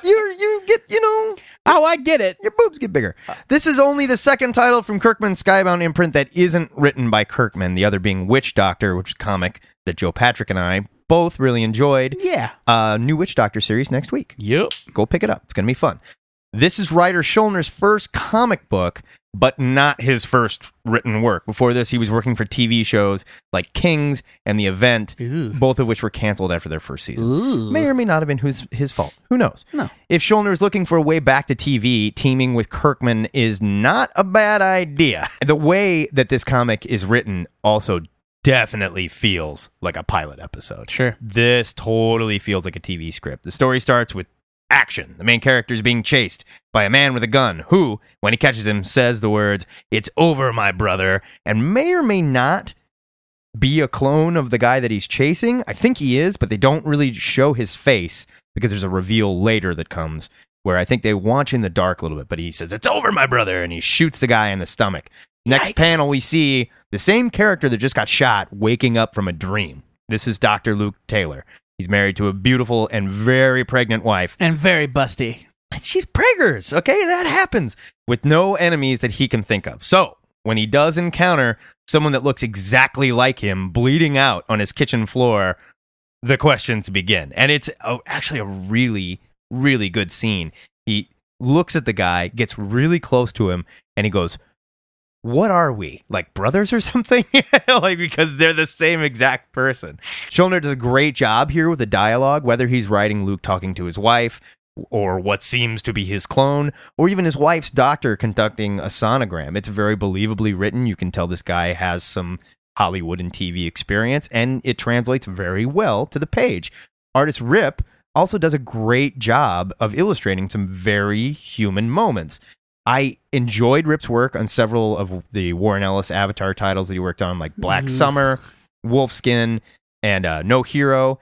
Speaker 4: you you get you know
Speaker 5: oh, I get it.
Speaker 4: your boobs get bigger. This is only the second title from Kirkman's Skybound imprint that isn't written by Kirkman. The other being Witch Doctor, which is a comic that Joe Patrick and I both really enjoyed.
Speaker 5: Yeah.
Speaker 4: Uh, new Witch Doctor series next week.
Speaker 5: Yep.
Speaker 4: Go pick it up. It's gonna be fun. This is writer Schulner's first comic book, but not his first written work. Before this, he was working for TV shows like Kings and The Event,
Speaker 5: Ooh.
Speaker 4: both of which were canceled after their first season
Speaker 5: Ooh.
Speaker 4: may or may not have been his, his fault. Who knows?
Speaker 5: No.
Speaker 4: If Schulner is looking for a way back to TV, teaming with Kirkman is not a bad idea. The way that this comic is written also definitely feels like a pilot episode.
Speaker 5: Sure.
Speaker 4: This totally feels like a TV script. The story starts with action. The main character is being chased by a man with a gun who, when he catches him, says the words, It's over, my brother, and may or may not be a clone of the guy that he's chasing. I think he is, but they don't really show his face because there's a reveal later that comes where I think they launch in the dark a little bit, but he says, It's over, my brother. And he shoots the guy in the stomach. Next
Speaker 5: Yikes.
Speaker 4: panel, we see the same character that just got shot waking up from a dream. This is Dr. Luke Taylor. He's married to a beautiful and very pregnant wife.
Speaker 5: and very busty.
Speaker 4: She's preggers, okay? That happens with no enemies that he can think of. So when he does encounter someone that looks exactly like him bleeding out on his kitchen floor, the questions begin. And it's oh, actually a really, really good scene. He looks at the guy, gets really close to him, and he goes, what are we like brothers or something like because they're the same exact person Schulner does a great job here with the dialogue whether he's writing luke talking to his wife or what seems to be his clone or even his wife's doctor conducting a sonogram it's very believably written you can tell this guy has some hollywood and tv experience and it translates very well to the page artist rip also does a great job of illustrating some very human moments I enjoyed Rip's work on several of the Warren Ellis Avatar titles that he worked on, like Black Summer, Wolfskin, and uh, No Hero,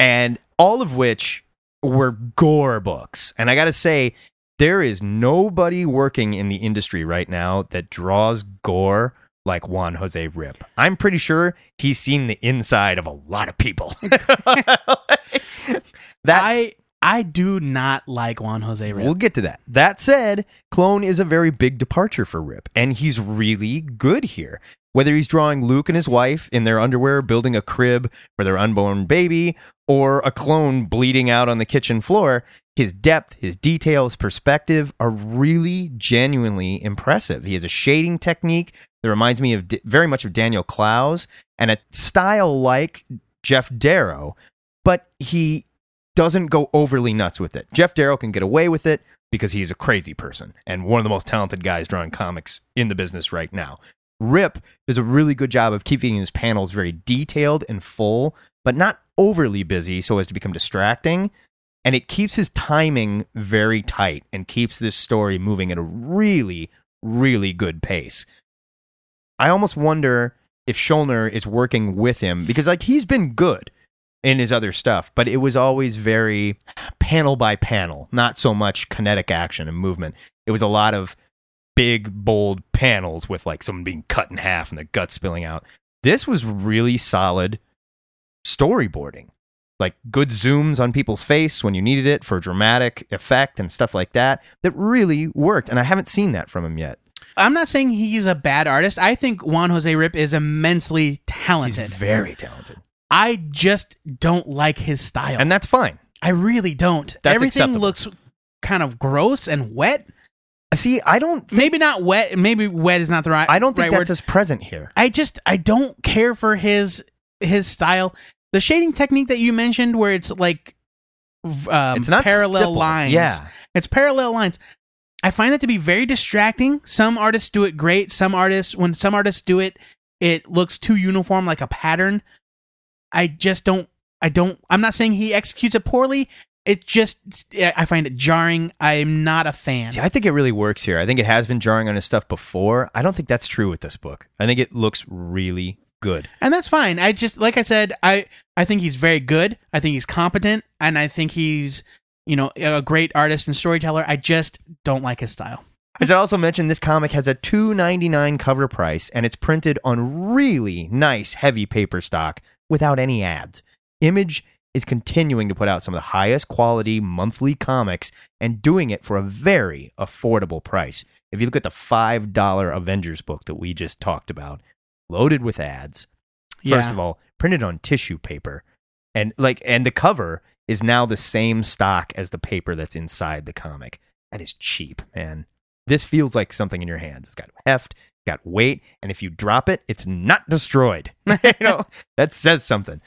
Speaker 4: and all of which were gore books. And I got to say, there is nobody working in the industry right now that draws gore like Juan Jose Rip. I'm pretty sure he's seen the inside of a lot of people. that
Speaker 5: I I do not like Juan Jose Rip.
Speaker 4: We'll get to that. That said, Clone is a very big departure for Rip, and he's really good here. Whether he's drawing Luke and his wife in their underwear building a crib for their unborn baby, or a clone bleeding out on the kitchen floor, his depth, his details, perspective are really genuinely impressive. He has a shading technique that reminds me of D- very much of Daniel Clowes and a style like Jeff Darrow, but he doesn't go overly nuts with it. Jeff Darrow can get away with it because he's a crazy person and one of the most talented guys drawing comics in the business right now. Rip does a really good job of keeping his panels very detailed and full, but not overly busy so as to become distracting. And it keeps his timing very tight and keeps this story moving at a really, really good pace. I almost wonder if Schulner is working with him because, like, he's been good in his other stuff, but it was always very panel by panel, not so much kinetic action and movement. It was a lot of big, bold panels with like someone being cut in half and their guts spilling out. This was really solid storyboarding, like good zooms on people's face when you needed it for dramatic effect and stuff like that. That really worked, and I haven't seen that from him yet.
Speaker 5: I'm not saying he's a bad artist. I think Juan Jose Rip is immensely
Speaker 4: He's
Speaker 5: talented.
Speaker 4: very talented,
Speaker 5: I just don't like his style.
Speaker 4: and that's fine.
Speaker 5: I really don't.
Speaker 4: That's
Speaker 5: Everything
Speaker 4: acceptable.
Speaker 5: looks kind of gross and wet.
Speaker 4: See, I don't,
Speaker 5: Maybe not wet. Maybe wet is not the right.
Speaker 4: I don't think
Speaker 5: right
Speaker 4: that's
Speaker 5: word.
Speaker 4: as present here.
Speaker 5: I just I don't care for his his style. The shading technique that you mentioned, where it's like v- um,
Speaker 4: It's not
Speaker 5: parallel
Speaker 4: stippled.
Speaker 5: lines.
Speaker 4: Yeah.
Speaker 5: it's parallel lines. I find that to be very distracting. Some artists do it great. Some artists, when some artists do it, it looks too uniform, like a pattern. I just don't. I don't. I'm not saying he executes it poorly. It just I find it jarring. I'm not a fan.
Speaker 4: See, I think it really works here. I think it has been jarring on his stuff before. I don't think that's true with this book. I think it looks really good.
Speaker 5: and that's fine. I just like I said, I I think he's very good. I think he's competent, and I think he's you know a great artist and storyteller. I just don't like his style.
Speaker 4: I should also mention this comic has a two ninety nine cover price, and it's printed on really nice heavy paper stock without any ads. Image is continuing to put out some of the highest quality monthly comics and doing it for a very affordable price. If you look at the five dollar Avengers book that we just talked about, loaded with ads, first of all, printed on tissue paper. And like and the cover is now the same stock as the paper that's inside the comic. That is cheap, man. This feels like something in your hands. It's got heft, got weight, and if you drop it, it's not destroyed. you know, that says something.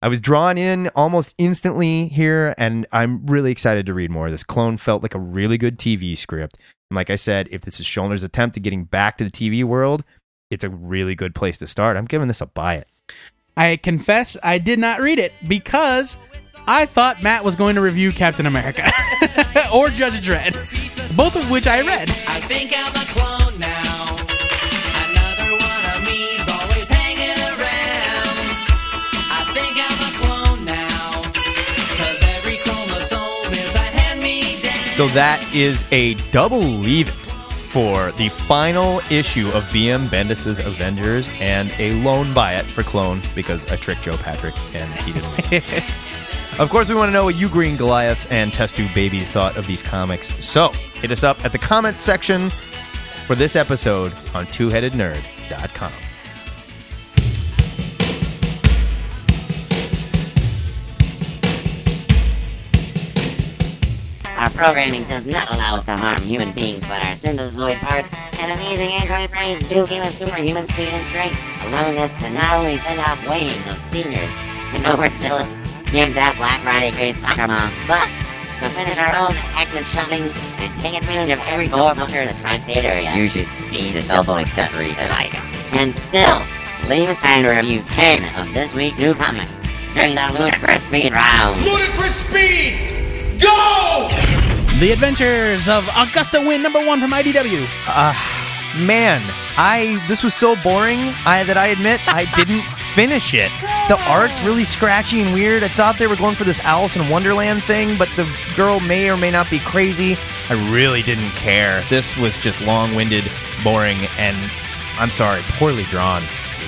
Speaker 4: I was drawn in almost instantly here, and I'm really excited to read more. This clone felt like a really good TV script. And like I said, if this is Schulner's attempt at getting back to the TV world, it's a really good place to start. I'm giving this a buy it.
Speaker 5: I confess I did not read it because I thought Matt was going to review Captain America or Judge Dredd, both of which I read.
Speaker 7: I think I'm a clone now. Another one of me's always hanging around. I think I'm a clone now. Cause every chromosome is a hand me down.
Speaker 4: So that is a double leave it for the final issue of BM Bendis's Avengers and a loan buy it for Clone because I tricked Joe Patrick and he didn't win. Of course, we want to know what you green Goliaths and test tube babies thought of these comics. So hit us up at the comments section for this episode on twoheadednerd.com.
Speaker 8: Our programming does not allow us to harm human beings, but our synthesoid parts and amazing android brains do give us superhuman speed and strength, allowing us to not only fend off waves of seniors and overzealous, gimped out Black Friday craze soccer moms, but to finish our own X-Men shopping and take advantage of every doorbuster in the tri-state area. You should see the cell phone accessories that I got. And still, leave us time to review 10 of this week's new comics during the ludicrous speed round.
Speaker 6: Ludicrous speed! Go!
Speaker 5: The Adventures of Augusta Win, number one from IDW.
Speaker 4: Man, I this was so boring I, that I admit I didn't finish it. The art's really scratchy and weird. I thought they were going for this Alice in Wonderland thing, but the girl may or may not be crazy. I really didn't care. This was just long-winded, boring, and I'm sorry, poorly drawn.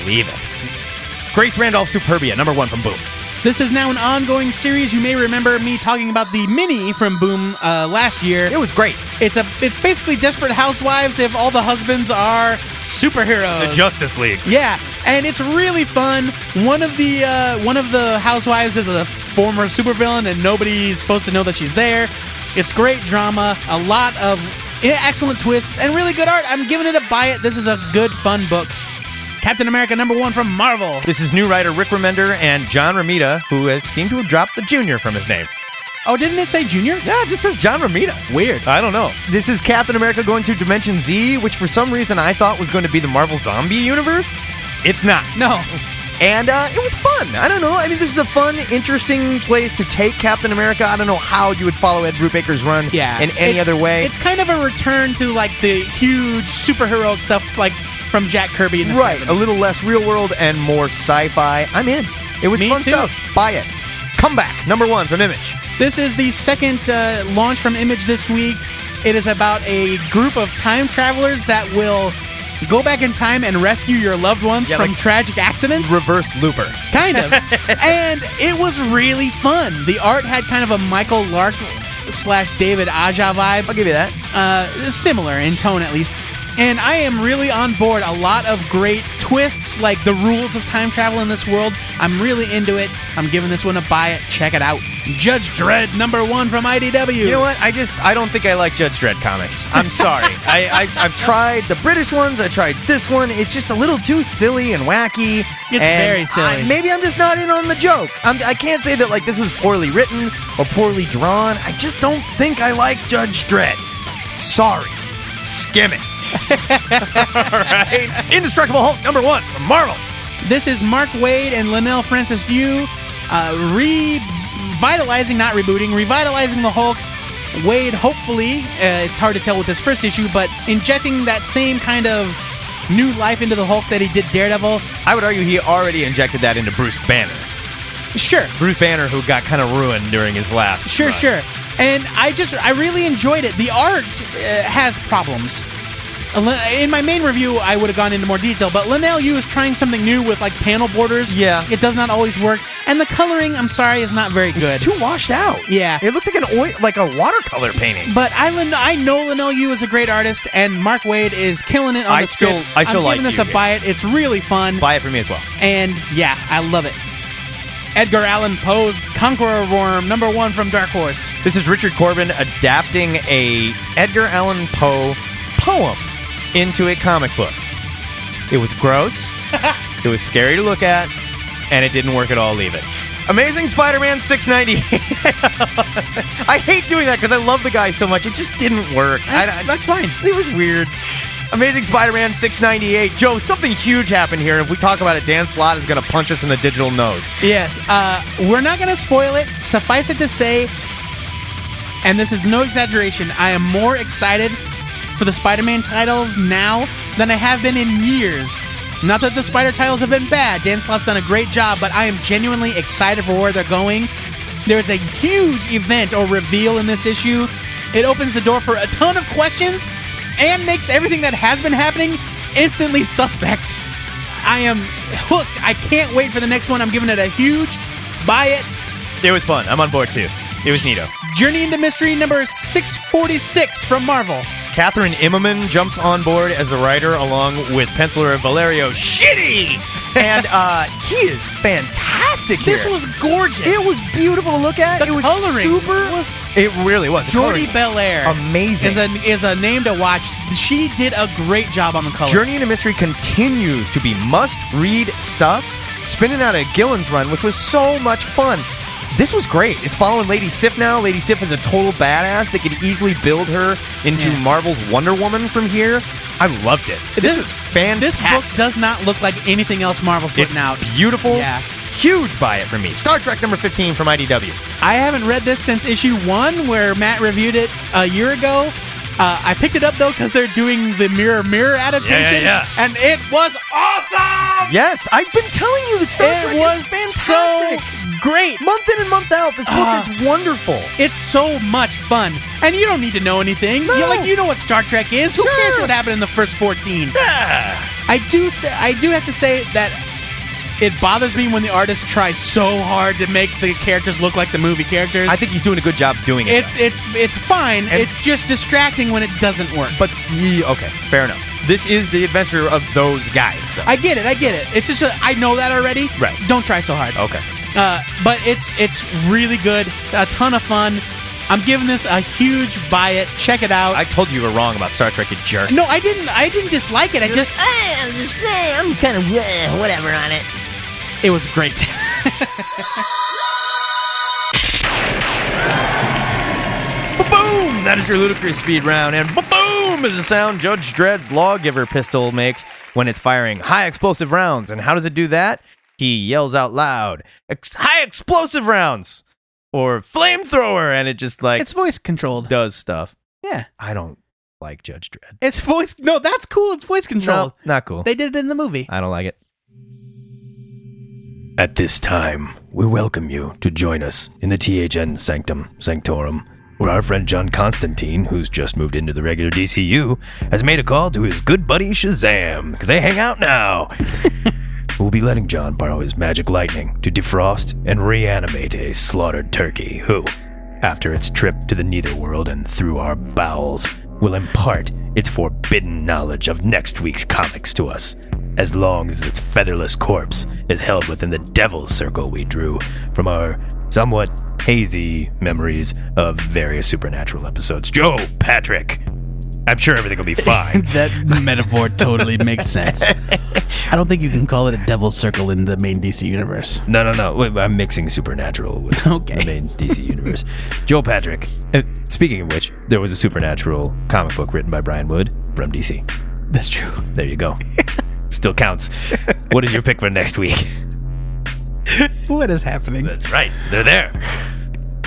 Speaker 4: Leave it. Grace Randolph Superbia, number one from Boom.
Speaker 5: This is now an ongoing series. You may remember me talking about the mini from Boom uh, last year.
Speaker 4: It was great.
Speaker 5: It's a it's basically Desperate Housewives if all the husbands are superheroes.
Speaker 4: Justice League.
Speaker 5: yeah, and it's really fun. One of the uh, one of the housewives is a former supervillain, and nobody's supposed to know that she's there. It's great drama, a lot of excellent twists, and really good art. I'm giving it a buy it. This is a good fun book. Captain America number one from Marvel.
Speaker 4: This is new writer Rick Remender and John Ramita, who has seemed to have dropped the junior from his name.
Speaker 5: Oh, didn't it say Junior?
Speaker 4: Yeah, it just says John Romita. Weird. I don't know. This is Captain America going to Dimension Z, which for some reason I thought was going to be the Marvel Zombie universe. It's not.
Speaker 5: No.
Speaker 4: And uh, it was fun. I don't know. I mean, this is a fun, interesting place to take Captain America. I don't know how you would follow Ed Brubaker's run
Speaker 5: Yeah.
Speaker 4: in any
Speaker 5: It-
Speaker 4: other way.
Speaker 5: It's kind of a return to like the huge superheroic stuff like from Jack Kirby and the
Speaker 4: right.
Speaker 5: 70s.
Speaker 4: A little less real world and more sci fi. I'm in. It was
Speaker 5: Me
Speaker 4: fun
Speaker 5: too.
Speaker 4: stuff. Buy it. Comeback, number one from Image.
Speaker 5: This is the second uh, launch from Image this week. It is about a group of time travelers that will go back in time and rescue your loved ones
Speaker 4: Yeah,
Speaker 5: from
Speaker 4: like-
Speaker 5: tragic accidents.
Speaker 4: Reverse Looper.
Speaker 5: kind of. and it was really fun. The art had kind of a Michael Lark slash David Aja vibe.
Speaker 4: I'll give you that.
Speaker 5: uh, similar in tone at least. And I am really on board. A lot of great twists, like the rules of time travel in this world. I'm really into it. I'm giving this one a buy it. Check it out. Judge Dredd, number one from IDW.
Speaker 4: You know what? I just I don't think I like Judge Dredd comics. I'm sorry. I, I I've tried the British ones. I tried this one. It's just a little too silly and wacky.
Speaker 5: It's
Speaker 4: and
Speaker 5: very silly.
Speaker 4: I- maybe I'm just not in on the joke. I'm, I can't say that like this was poorly written or poorly drawn. I just don't think I like Judge Dredd. Sorry. Skim it. All right. Indestructible Hulk number one from Marvel.
Speaker 5: This is Mark Wade and Linnell Francis Yu uh, revitalizing, not rebooting, revitalizing the Hulk. Wade, hopefully, uh, it's hard to tell with this first issue, but injecting that same kind of new life into the Hulk that he did Daredevil.
Speaker 4: I would argue he already injected that into Bruce Banner.
Speaker 5: Sure,
Speaker 4: Bruce Banner, who got kind of ruined during his last.
Speaker 5: Sure,
Speaker 4: run.
Speaker 5: sure. And I just, I really enjoyed it. The art uh, has problems. In my main review, I would have gone into more detail, but Linnell Yu is trying something new with like panel borders.
Speaker 4: Yeah.
Speaker 5: It does not always work. And the coloring, I'm sorry, is not very good.
Speaker 4: It's too washed out.
Speaker 5: Yeah.
Speaker 4: It looked like an oil, like a watercolor painting.
Speaker 5: but I, lin- I know Linnell Yu is a great artist, and Mark Wade is killing it on
Speaker 4: I
Speaker 5: the script.
Speaker 4: still- I still
Speaker 5: am
Speaker 4: like
Speaker 5: giving this
Speaker 4: you
Speaker 5: a
Speaker 4: here.
Speaker 5: buy it. It's really fun.
Speaker 4: Buy it for me as well.
Speaker 5: And yeah, I love it. Edgar Allan Poe's Conqueror Worm, number one from Dark Horse.
Speaker 4: This is Richard Corbin adapting a Edgar Allan Poe poem into a comic book. It was gross. it was scary to look at, and it didn't work at all. Leave it. Amazing Spider-Man 690. I hate doing that because I love the guy so much. It just didn't work. I-
Speaker 5: That's,
Speaker 4: I-
Speaker 5: that's fine.
Speaker 4: It was weird. Amazing Spider-Man 698. Joe, something huge happened here. If we talk about it, Dan Slott is going to punch us in the digital nose.
Speaker 5: Yes, uh, we're not going to spoil it. Suffice it to say, and this is no exaggeration, I am more excited for the Spider Man titles now than I have been in years. Not that the Spider titles have been bad, Dan Slott's done a great job, but I am genuinely excited for where they're going. There's a huge event or reveal in this issue It opens the door for a ton of questions and makes everything that has been happening instantly suspect. I am hooked. I can't wait for the next one. I'm giving it a huge buy it.
Speaker 4: It was fun. I'm on board too. It was neato.
Speaker 5: Journey into Mystery number 646 from Marvel.
Speaker 4: Catherine Immelman jumps on board as the writer along with penciler Valerio Shitty. And uh, he is fantastic here.
Speaker 5: This was gorgeous.
Speaker 4: It was beautiful to look at.
Speaker 5: The
Speaker 4: it was
Speaker 5: coloring
Speaker 4: super.
Speaker 5: was-
Speaker 4: it really was. The
Speaker 5: Jordi
Speaker 4: coloring-
Speaker 5: Belair.
Speaker 4: Amazing.
Speaker 5: Is a, is a name to watch. She did a great job on the color.
Speaker 4: Journey into Mystery continues to be must read stuff, spinning out a Gillen's run, which was so much fun. This was great. It's following Lady Sif now. Lady Sif is a total badass that could easily build her into
Speaker 5: Yeah.
Speaker 4: Marvel's Wonder Woman from here. I loved it. This,
Speaker 5: This-
Speaker 4: was fantastic.
Speaker 5: This book does not look like anything else Marvel's
Speaker 4: it's
Speaker 5: putting out.
Speaker 4: beautiful.
Speaker 5: Yeah.
Speaker 4: Huge buy it for me. Star Trek number 15 from IDW.
Speaker 5: I haven't read this since issue one, where Matt reviewed it a year ago. Uh, I picked it up though because they're doing the Mirror Mirror adaptation,
Speaker 4: yeah.
Speaker 5: and it was awesome.
Speaker 4: Yes, I've been telling you that Star Trek
Speaker 5: it was
Speaker 4: is
Speaker 5: so
Speaker 4: fantastic.
Speaker 5: great.
Speaker 4: Month in and month out, this book
Speaker 5: Ah.
Speaker 4: is wonderful.
Speaker 5: It's so much fun, and you don't need to know anything.
Speaker 4: No.
Speaker 5: You, like you know what Star Trek is. Who
Speaker 4: Sure.
Speaker 5: cares what happened in the first fourteen? I do. Say, I do have to say that it bothers me when the artist tries so hard to make the characters look like the movie characters.
Speaker 4: I think he's doing a good job doing it. though.
Speaker 5: it's it's it's fine.
Speaker 4: And-
Speaker 5: it's just distracting when it doesn't work.
Speaker 4: But ye, okay, fair enough. This is the adventure of those guys, though.
Speaker 5: I get it. I get it. It's just that I know that already.
Speaker 4: Right.
Speaker 5: Don't try so hard.
Speaker 4: okay,
Speaker 5: Uh, but it's it's really good. A ton of fun. I'm giving this a huge buy it. Check it out.
Speaker 4: I told you you were wrong about Star Trek. You jerk.
Speaker 5: no, I didn't. I didn't dislike it. I just
Speaker 9: I'm just saying, I'm kind of eh, whatever on it.
Speaker 5: it was great.
Speaker 4: Boom! That is your ludicrous speed round, and boom is the sound Judge Dredd's lawgiver pistol makes when it's firing high explosive rounds. And how does it do that? He yells out loud, "Ex- "High explosive rounds!" or "Flamethrower!" and it just like
Speaker 5: it's voice controlled.
Speaker 4: does stuff.
Speaker 5: Yeah.
Speaker 4: I don't like Judge Dredd.
Speaker 5: It's voice. No, that's cool. It's voice controlled.
Speaker 4: No, not cool.
Speaker 5: They did it in the movie.
Speaker 4: I don't like it. At this time, we welcome you to join us in the THN Sanctum Sanctorum, where our friend John Constantine, who's just moved into the regular DCU, has made a call to his good buddy Shazam, because they hang out now. we'll be letting John borrow his magic lightning to defrost and reanimate a slaughtered turkey who, after its trip to the netherworld and through our bowels, will impart its forbidden knowledge of next week's comics to us. As long as its featherless corpse is held within the devil's circle we drew from our somewhat hazy memories of various supernatural episodes. Joe Patrick! I'm sure everything will be fine.
Speaker 5: That metaphor totally makes sense. I don't think you can call it a devil's circle in the main DC universe.
Speaker 4: No, no, no. Wait, I'm mixing Supernatural with
Speaker 5: Okay.
Speaker 4: the main DC universe. Joel Patrick. Uh, speaking of which, there was a Supernatural comic book written by Brian Wood from DC.
Speaker 5: That's true.
Speaker 4: There you go. Still counts. What is your pick for next week?
Speaker 5: What is happening?
Speaker 4: That's right. They're there.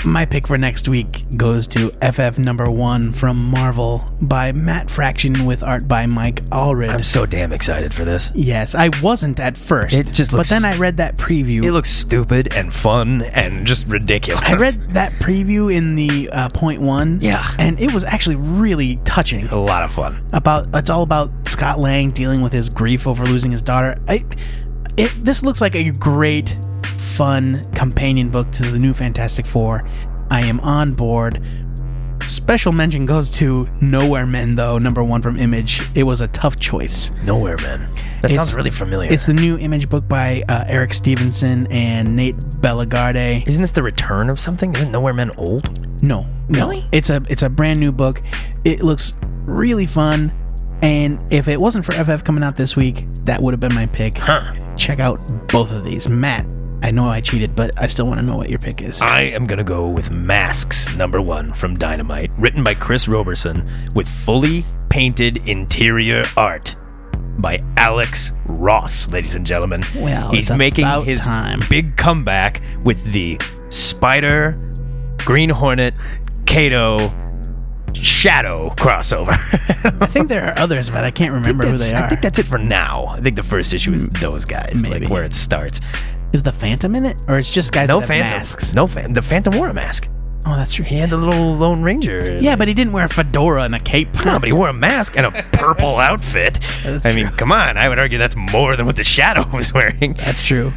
Speaker 5: My pick for next week goes to FF number one from Marvel by Matt Fraction with art by Mike Allred.
Speaker 4: I'm so damn excited for this.
Speaker 5: yes, I wasn't at first.
Speaker 4: It just looks-
Speaker 5: but then I read that preview.
Speaker 4: It looks stupid and fun and just ridiculous.
Speaker 5: I read that preview in the uh, point one.
Speaker 4: Yeah.
Speaker 5: And it was actually really touching.
Speaker 4: a lot of fun.
Speaker 5: about it's all about Scott Lang dealing with his grief over losing his daughter. I, it, this looks like a great, fun companion book to the new Fantastic Four. I am on board. Special mention goes to Nowhere Men, though number one from Image. It was a tough choice.
Speaker 4: Nowhere Man. That
Speaker 5: It's-
Speaker 4: sounds really familiar.
Speaker 5: It's the new Image book by uh, Eric Stevenson and Nate Belagarde.
Speaker 4: Isn't this the return of something? Isn't Nowhere Man old?
Speaker 5: No, no.
Speaker 4: Really?
Speaker 5: It's a it's a brand new book. It looks really fun. And if it wasn't for FF coming out this week, that would have been my pick.
Speaker 4: Huh.
Speaker 5: check out both of these. Matt, I know I cheated, but I still want to know what your pick is.
Speaker 4: I am going to go with Masks number one from Dynamite, written by Chris Roberson, with fully painted interior art by Alex Ross, ladies and gentlemen.
Speaker 5: Well,
Speaker 4: he's
Speaker 5: it's
Speaker 4: making
Speaker 5: about
Speaker 4: his
Speaker 5: time.
Speaker 4: big comeback with the Spider, Green Hornet, Kato, Shadow crossover.
Speaker 5: I think there are others, but I can't remember who
Speaker 4: That's-
Speaker 5: they are. Mm,
Speaker 4: I think that's it for now. I think the first issue is those guys,
Speaker 5: maybe.
Speaker 4: like where it starts.
Speaker 5: Is the Phantom in it, or it's just guys
Speaker 4: No
Speaker 5: that have
Speaker 4: phantom
Speaker 5: masks?
Speaker 4: No fan. The Phantom wore a mask.
Speaker 5: Oh, that's true.
Speaker 4: He had the little Lone Ranger.
Speaker 5: Yeah, but he didn't wear a fedora and a cape.
Speaker 4: No, but he wore a mask and a purple outfit.
Speaker 5: That's
Speaker 4: I mean, come on. I would argue that's more than what the Shadow was wearing.
Speaker 5: That's true.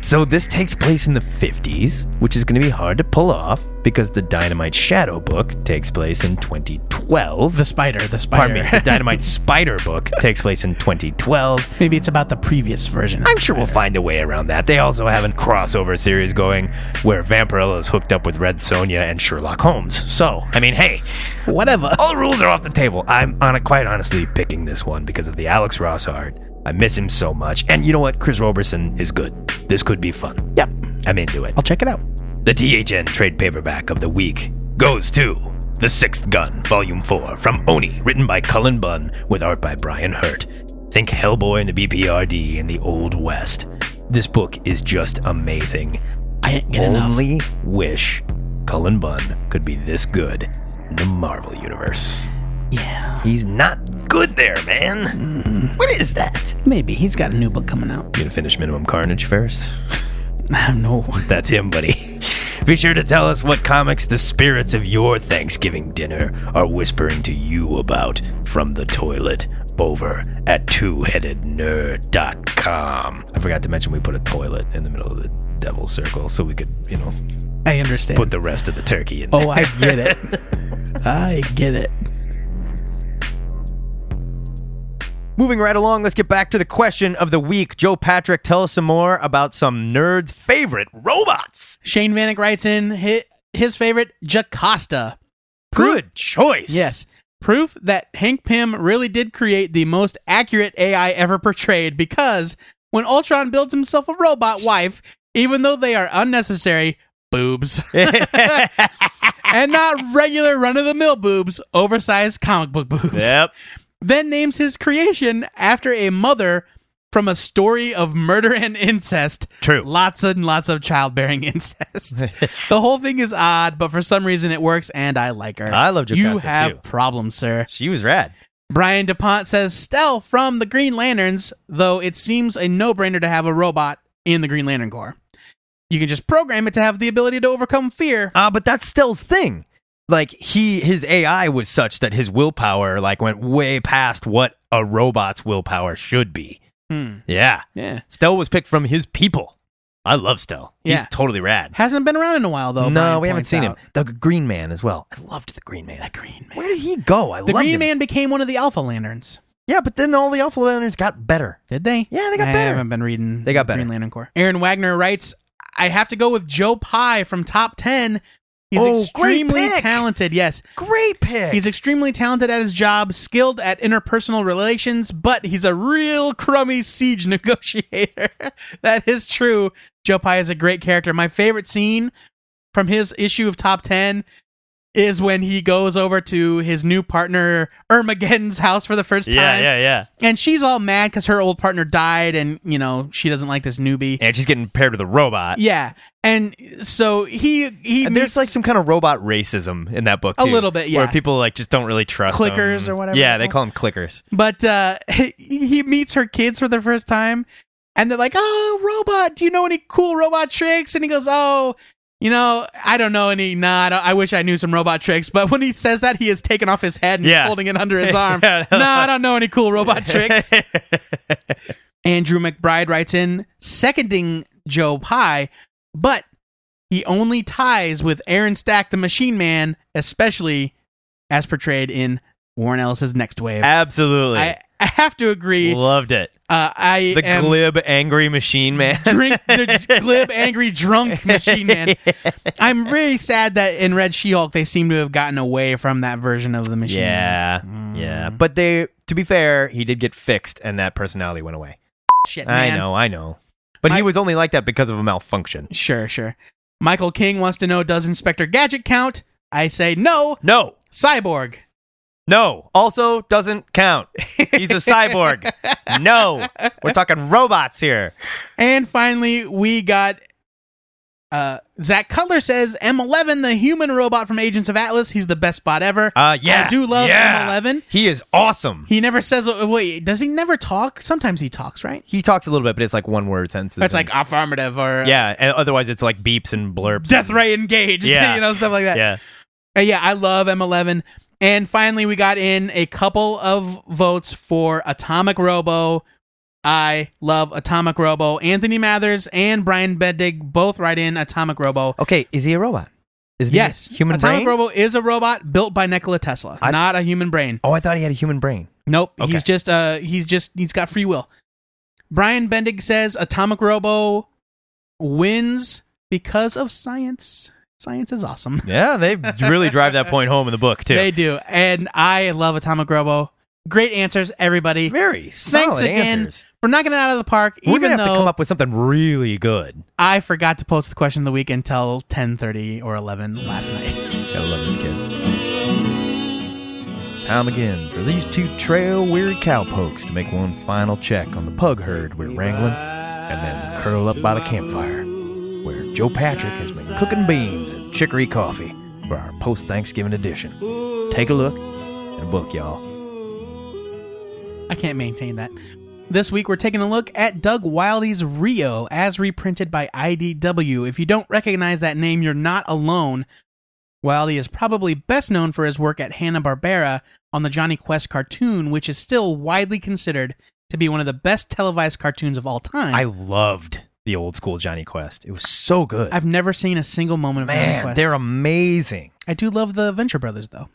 Speaker 4: So this takes place in the 50s, which is going to be hard to pull off because the Dynamite Shadow book takes place in 2012.
Speaker 5: The spider, the spider.
Speaker 4: Pardon me, the Dynamite Spider book takes place in Uh, 2012.
Speaker 5: Maybe it's about the previous version.
Speaker 4: I'm sure we'll find a way around that. They also have a crossover series going where Vampirella is hooked up with Red Sonja and Sherlock Holmes. So, I mean, hey,
Speaker 5: Whatever.
Speaker 4: all rules are off the table. I'm on quite honestly picking this one because of the Alex Ross art. I miss him so much. And you know what? Chris Roberson is good. This could be fun.
Speaker 5: Yep.
Speaker 4: I'm into it.
Speaker 5: I'll check it out.
Speaker 4: The THN trade paperback of the week goes to The Sixth Gun, Volume 4, from Oni, written by Cullen Bunn, with art by Brian Hurt. Think Hellboy and the BPRD in the Old West. This book is just amazing.
Speaker 5: I ain't get enough.
Speaker 4: Only wish Cullen Bunn could be this good in the Marvel Universe.
Speaker 5: Yeah.
Speaker 4: He's not good there, man. What is that?
Speaker 5: Maybe. He's got a new book coming out.
Speaker 4: You gonna finish Minimum Carnage first?
Speaker 5: I don't know.
Speaker 4: That's him, buddy. Be sure to tell us what comics the spirits of your Thanksgiving dinner are whispering to you about from the toilet over at twoheadednerd.com. I forgot to mention we put a toilet in the middle of the devil's circle so we could, you know,
Speaker 5: I understand.
Speaker 4: put the rest of the turkey in
Speaker 5: oh, I get it. I get it.
Speaker 4: Moving right along, let's get back to the question of the week. Joe Patrick, tell us some more about some nerd's favorite robots.
Speaker 5: Shane Vanek writes in his, his favorite, Jocasta.
Speaker 4: Good choice.
Speaker 5: Yes. Proof that Hank Pym really did create the most accurate AI ever portrayed because when Ultron builds himself a robot wife, even though they are unnecessary, boobs. and not regular run of the mill boobs, oversized comic book boobs.
Speaker 4: Yep.
Speaker 5: Then names his creation after a mother from a story of murder and incest.
Speaker 4: True.
Speaker 5: Lots and lots of childbearing incest. the whole thing is odd, but for some reason it works and I like her.
Speaker 4: I love Jocasta,
Speaker 5: You have
Speaker 4: too.
Speaker 5: problems, sir.
Speaker 4: She was rad.
Speaker 5: Brian DuPont says Stell from the Green Lanterns, though it seems a no brainer to have a robot in the Green Lantern Corps. You can just program it to have the ability to overcome fear.
Speaker 4: Uh, but that's Stell's thing. Like he his AI was such that his willpower like went way past what a robot's willpower should be.
Speaker 5: Hmm.
Speaker 4: Yeah.
Speaker 5: Yeah.
Speaker 4: Stell was picked from his people. I love Stell.
Speaker 5: Yeah.
Speaker 4: He's totally rad.
Speaker 5: Hasn't been around in a while, though.
Speaker 4: no,
Speaker 5: Brian
Speaker 4: we haven't
Speaker 5: points
Speaker 4: seen
Speaker 5: out.
Speaker 4: him. The Green Man as well. I loved the Green Man.
Speaker 5: The Green Man.
Speaker 4: Where did he go? I
Speaker 5: The
Speaker 4: loved
Speaker 5: Green
Speaker 4: him.
Speaker 5: Man became one of the Alpha Lanterns.
Speaker 4: Yeah, but then all the Alpha Lanterns got better.
Speaker 5: Did they?
Speaker 4: Yeah, they got
Speaker 5: I
Speaker 4: better.
Speaker 5: haven't been reading.
Speaker 4: They got better.
Speaker 5: Green Lantern Corps. Aaron Wagner writes, "I have to go with Joe Pye from Top Ten. He's
Speaker 4: Oh, great
Speaker 5: extremely
Speaker 4: pick.
Speaker 5: talented. Yes,
Speaker 4: Great pick.
Speaker 5: he's extremely talented at his job, skilled at interpersonal relations, but he's a real crummy siege negotiator. that is true. Joe Pye is a great character. My favorite scene from his issue of Top Ten." Is when he goes over to his new partner Ermageddon's house for the first time.
Speaker 4: yeah, yeah, yeah.
Speaker 5: And she's all mad because her old partner died, and you know she doesn't like this newbie.
Speaker 4: And she's getting paired with a robot.
Speaker 5: yeah, and so he he
Speaker 4: And there's
Speaker 5: meets-
Speaker 4: like some kind of robot racism in that book
Speaker 5: A
Speaker 4: too.
Speaker 5: little bit, yeah.
Speaker 4: Where people like just don't really trust
Speaker 5: Clickers
Speaker 4: them.
Speaker 5: or whatever
Speaker 4: Yeah,
Speaker 5: they're
Speaker 4: they call them clickers.
Speaker 5: but uh, he, he meets her kids for the first time, and they're like, "Oh, robot, do you know any cool robot tricks?" And he goes, "Oh." You know, I don't know any. Nah, I, don't, I wish I knew some robot tricks. But when he says that, he has taken off his head and he's
Speaker 4: Yeah.
Speaker 5: holding it under his arm.
Speaker 4: Yeah,
Speaker 5: nah, I don't know any cool robot tricks. Andrew McBride writes in seconding Joe Pye, but he only ties with Aaron Stack, the Machine Man, especially as portrayed in Warren Ellis's Next Wave.
Speaker 4: Absolutely.
Speaker 5: I, I have to agree. Uh,
Speaker 4: Loved it.
Speaker 5: I
Speaker 4: The
Speaker 5: am
Speaker 4: glib, angry machine man.
Speaker 5: drink the glib, angry, drunk Machine Man. I'm really sad that in Red She-Hulk they seem to have gotten away from that version of the Machine. Man. Mm.
Speaker 4: yeah. Yeah. But they, to be fair, he did get fixed and that personality went away.
Speaker 5: Shit, man.
Speaker 4: I know, I know. But
Speaker 5: I-
Speaker 4: he was only like that because of a malfunction.
Speaker 5: Sure, sure. Michael King wants to know: Does Inspector Gadget count? I say no.
Speaker 4: No.
Speaker 5: Cyborg.
Speaker 4: No. Also doesn't count. He's a cyborg. no. We're talking robots here.
Speaker 5: And finally, we got Uh, Zach Cutler says M11, the human robot from Agents of Atlas. He's the best bot ever.
Speaker 4: Uh, yeah,
Speaker 5: I do love
Speaker 4: yeah.
Speaker 5: M11.
Speaker 4: He is awesome. He,
Speaker 5: He never says. oh, Wait, does he never talk? Sometimes he talks, right?
Speaker 4: talks a little bit, but it's like one word sentences.
Speaker 5: It's
Speaker 4: and-
Speaker 5: like affirmative or uh,
Speaker 4: yeah. and Otherwise, it's like beeps and blurbs.
Speaker 5: death ray engaged.
Speaker 4: Yeah.
Speaker 5: you know stuff like that.
Speaker 4: Yeah.
Speaker 5: Uh, yeah, I love M11. And finally, we got in a couple of votes for Atomic Robo. I love Atomic Robo. Anthony Mathers and Brian Beddig both write in Atomic Robo.
Speaker 4: Okay. Is he a robot? Is he
Speaker 5: Yes,
Speaker 4: a human
Speaker 5: Atomic
Speaker 4: brain?
Speaker 5: Robo is a robot built by Nikola Tesla,
Speaker 4: I-
Speaker 5: not a human brain.
Speaker 4: Oh, I thought he had a human brain.
Speaker 5: Nope,
Speaker 4: Okay.
Speaker 5: he's just uh he's just he's got free will. Brian Bendig says Atomic Robo wins because of science. Science is awesome.
Speaker 4: Yeah, they really drive that point home in the book too.
Speaker 5: They do. And I love Atomic Robo. Great answers, everybody.
Speaker 4: Very
Speaker 5: Thanks
Speaker 4: solid
Speaker 5: again
Speaker 4: answers.
Speaker 5: for knocking it out of the park.
Speaker 4: We're
Speaker 5: even
Speaker 4: gonna
Speaker 5: though
Speaker 4: have to come up with something really good.
Speaker 5: I forgot to post the question of the week until ten thirty or eleven last night.
Speaker 4: Gotta love this kid. Time again for these two trail weary cowpokes to make one final check on the pug herd we're wrangling and then curl up by the campfire where Joe Patrick has been cooking beans and chicory coffee for our post Thanksgiving edition. Take a look and book, y'all.
Speaker 5: I can't maintain that. This week we're taking a look at Doug Wiley's Rio as reprinted by IDW. If you don't recognize that name, you're not alone. Wiley is probably best known for his work at Hanna-Barbera on the Johnny Quest cartoon, which is still widely considered to be one of the best televised cartoons of all time.
Speaker 4: I loved the old school Johnny Quest. It was so good.
Speaker 5: I've never seen a single moment of Johnny
Speaker 4: Man,
Speaker 5: Quest.
Speaker 4: they're amazing.
Speaker 5: I do love the Venture Brothers though,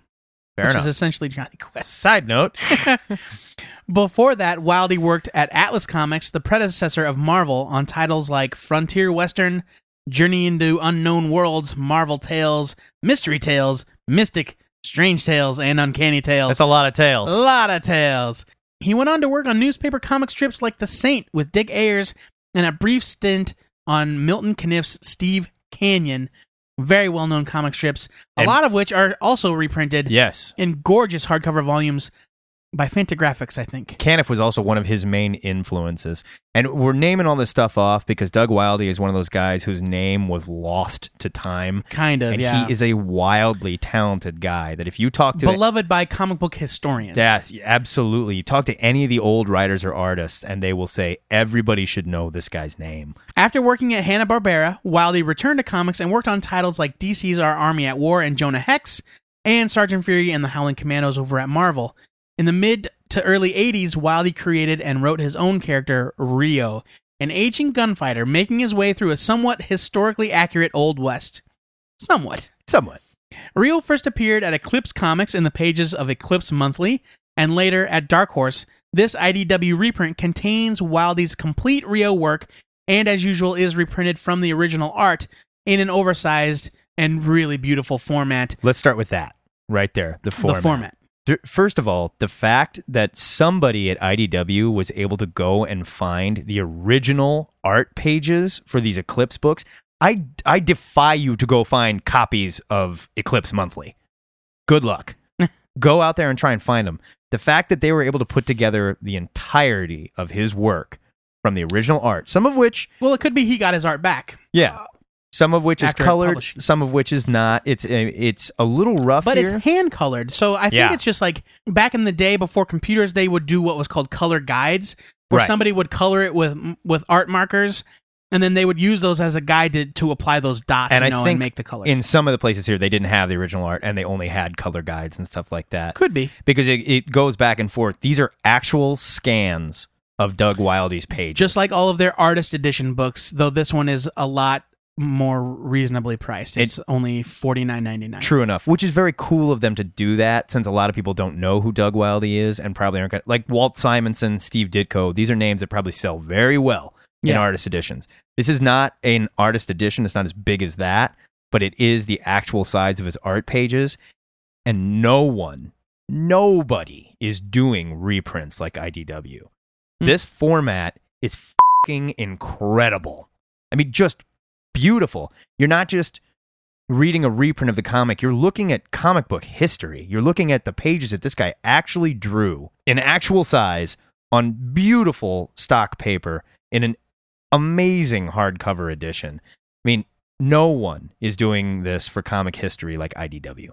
Speaker 4: Fair
Speaker 5: which
Speaker 4: enough.
Speaker 5: is essentially Johnny Quest.
Speaker 4: Side note.
Speaker 5: Before that, Wildy worked at Atlas Comics, the predecessor of Marvel, on titles like Frontier Western, Journey into Unknown Worlds, Marvel Tales, Mystery Tales, Mystic, Strange Tales, and Uncanny Tales.
Speaker 4: That's a lot of tales.
Speaker 5: A lot of tales. He went on to work on newspaper comic strips like The Saint with Dick Ayers and a brief stint on Milton Caniff's Steve Canyon. Very well known comic strips, a
Speaker 4: And-
Speaker 5: lot of which are also reprinted
Speaker 4: Yes.
Speaker 5: in gorgeous hardcover volumes by Fantagraphics, I think.
Speaker 4: Caniff was also one of his main influences. And we're naming all this stuff off because Doug Wilde is one of those guys whose name was lost to time.
Speaker 5: Kind of,
Speaker 4: And
Speaker 5: yeah.
Speaker 4: he is a wildly talented guy that if you talk to
Speaker 5: Beloved by comic book historians.
Speaker 4: Yes, absolutely. You talk to any of the old writers or artists, and they will say everybody should know this guy's name.
Speaker 5: After working at Hanna-Barbera, Wiley returned to comics and worked on titles like DC's Our Army at War and Jonah Hex, and Sergeant Fury and the Howling Commandos over at Marvel. In the mid to early 80s, Wiley created and wrote his own character, Rio, an aging gunfighter making his way through a somewhat historically accurate Old West. Somewhat.
Speaker 4: Somewhat.
Speaker 5: Rio first appeared at Eclipse Comics in the pages of Eclipse Monthly, and later at Dark Horse. This IDW reprint contains Wildy's complete Rio work, and as usual, is reprinted from the original art in an oversized and really beautiful format.
Speaker 4: Let's start with that right there. The format.
Speaker 5: The format.
Speaker 4: Th- First of all, the fact that somebody at IDW was able to go and find the original art pages for these Eclipse books, I, I defy you to go find copies of Eclipse Monthly. Good luck. go out there and try and find them. The fact that they were able to put together the entirety of his work from the original art, some of which,
Speaker 5: Well, it could be he got his art back,
Speaker 4: yeah, some of which is
Speaker 5: After
Speaker 4: colored,
Speaker 5: publishing.
Speaker 4: some of which is not. It's a, it's a little rough
Speaker 5: but it's
Speaker 4: here.
Speaker 5: hand colored. So I think
Speaker 4: Yeah.
Speaker 5: it's just like back in the day before computers, they would do what was called color guides, where
Speaker 4: Right.
Speaker 5: somebody would color it with with art markers. And then they would use those as a guide to, to apply those dots, you know, and make the colors.
Speaker 4: in some of the places here they didn't have the original art and they only had color guides and stuff like that
Speaker 5: Could be.
Speaker 4: because it, it goes back and forth. These are actual scans of Doug Wildy's page.
Speaker 5: Just like all of their artist edition books, though this one is a lot more reasonably priced. It's only forty nine ninety nine.
Speaker 4: True enough, which is very cool of them to do that since a lot of people don't know who Doug Wilde is and probably aren't gonna, like Walt Simonson, Steve Ditko. These are names that probably sell very well in
Speaker 5: Yeah.
Speaker 4: artist editions. This is not an artist edition, it's not as big as that, but it is the actual size of his art pages. And no one, nobody is doing reprints like IDW. This format is fing incredible. I mean, just beautiful. You're not just reading a reprint of the comic, you're looking at comic book history. You're looking at the pages that this guy actually drew in actual size on beautiful stock paper in an amazing hardcover edition. I mean, No one is doing this for comic history like IDW.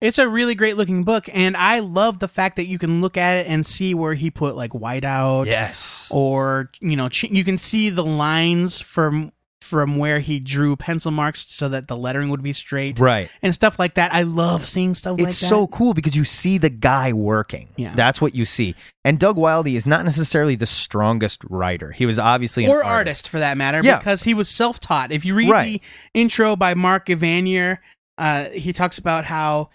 Speaker 5: It's a really great looking book, and I love the fact that you can look at it and see where he put like whiteout
Speaker 4: Yes.
Speaker 5: or you know ch- you can see the lines from from where he drew pencil marks so that the lettering would be straight
Speaker 4: Right.
Speaker 5: and stuff like that. I love seeing stuff like
Speaker 4: It's
Speaker 5: that.
Speaker 4: so cool because you see the guy working.
Speaker 5: Yeah.
Speaker 4: That's what you see. And Doug Wilde is not necessarily the strongest writer. He was obviously an
Speaker 5: or artist for that matter
Speaker 4: Yeah.
Speaker 5: because he was self-taught if you read
Speaker 4: Right.
Speaker 5: the intro by mark evanier uh, he talks about how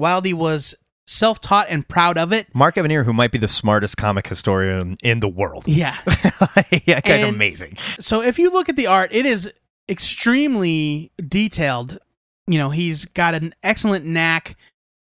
Speaker 5: wildy was self-taught and proud of it
Speaker 4: Mark Evanier, who might be the smartest comic historian in the world.
Speaker 5: yeah
Speaker 4: yeah, guy's
Speaker 5: And-
Speaker 4: amazing.
Speaker 5: so if you look at the art it is extremely detailed you know he's got an excellent knack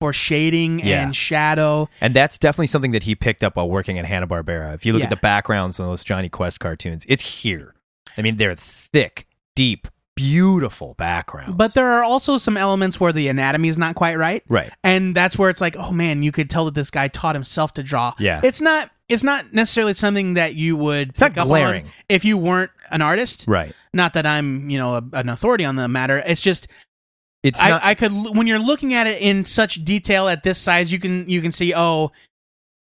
Speaker 5: for shading
Speaker 4: Yeah.
Speaker 5: and shadow
Speaker 4: And that's definitely something that he picked up while working at Hanna Barbera. If you look
Speaker 5: Yeah.
Speaker 4: at the backgrounds on those Johnny Quest cartoons, it's here. I mean, they're thick, deep, beautiful backgrounds.
Speaker 5: but there are also some elements where the anatomy is not quite right
Speaker 4: right,
Speaker 5: and that's where it's like oh man you could tell that this guy taught himself to draw
Speaker 4: Yeah.
Speaker 5: it's not it's not necessarily something that you would
Speaker 4: It's not
Speaker 5: pick up on
Speaker 4: glaring.
Speaker 5: if you weren't an artist
Speaker 4: right.
Speaker 5: not that i'm you know a, an authority on the matter it's just
Speaker 4: It's
Speaker 5: I,
Speaker 4: not.
Speaker 5: I could l- when you're looking at it in such detail at this size you can you can see oh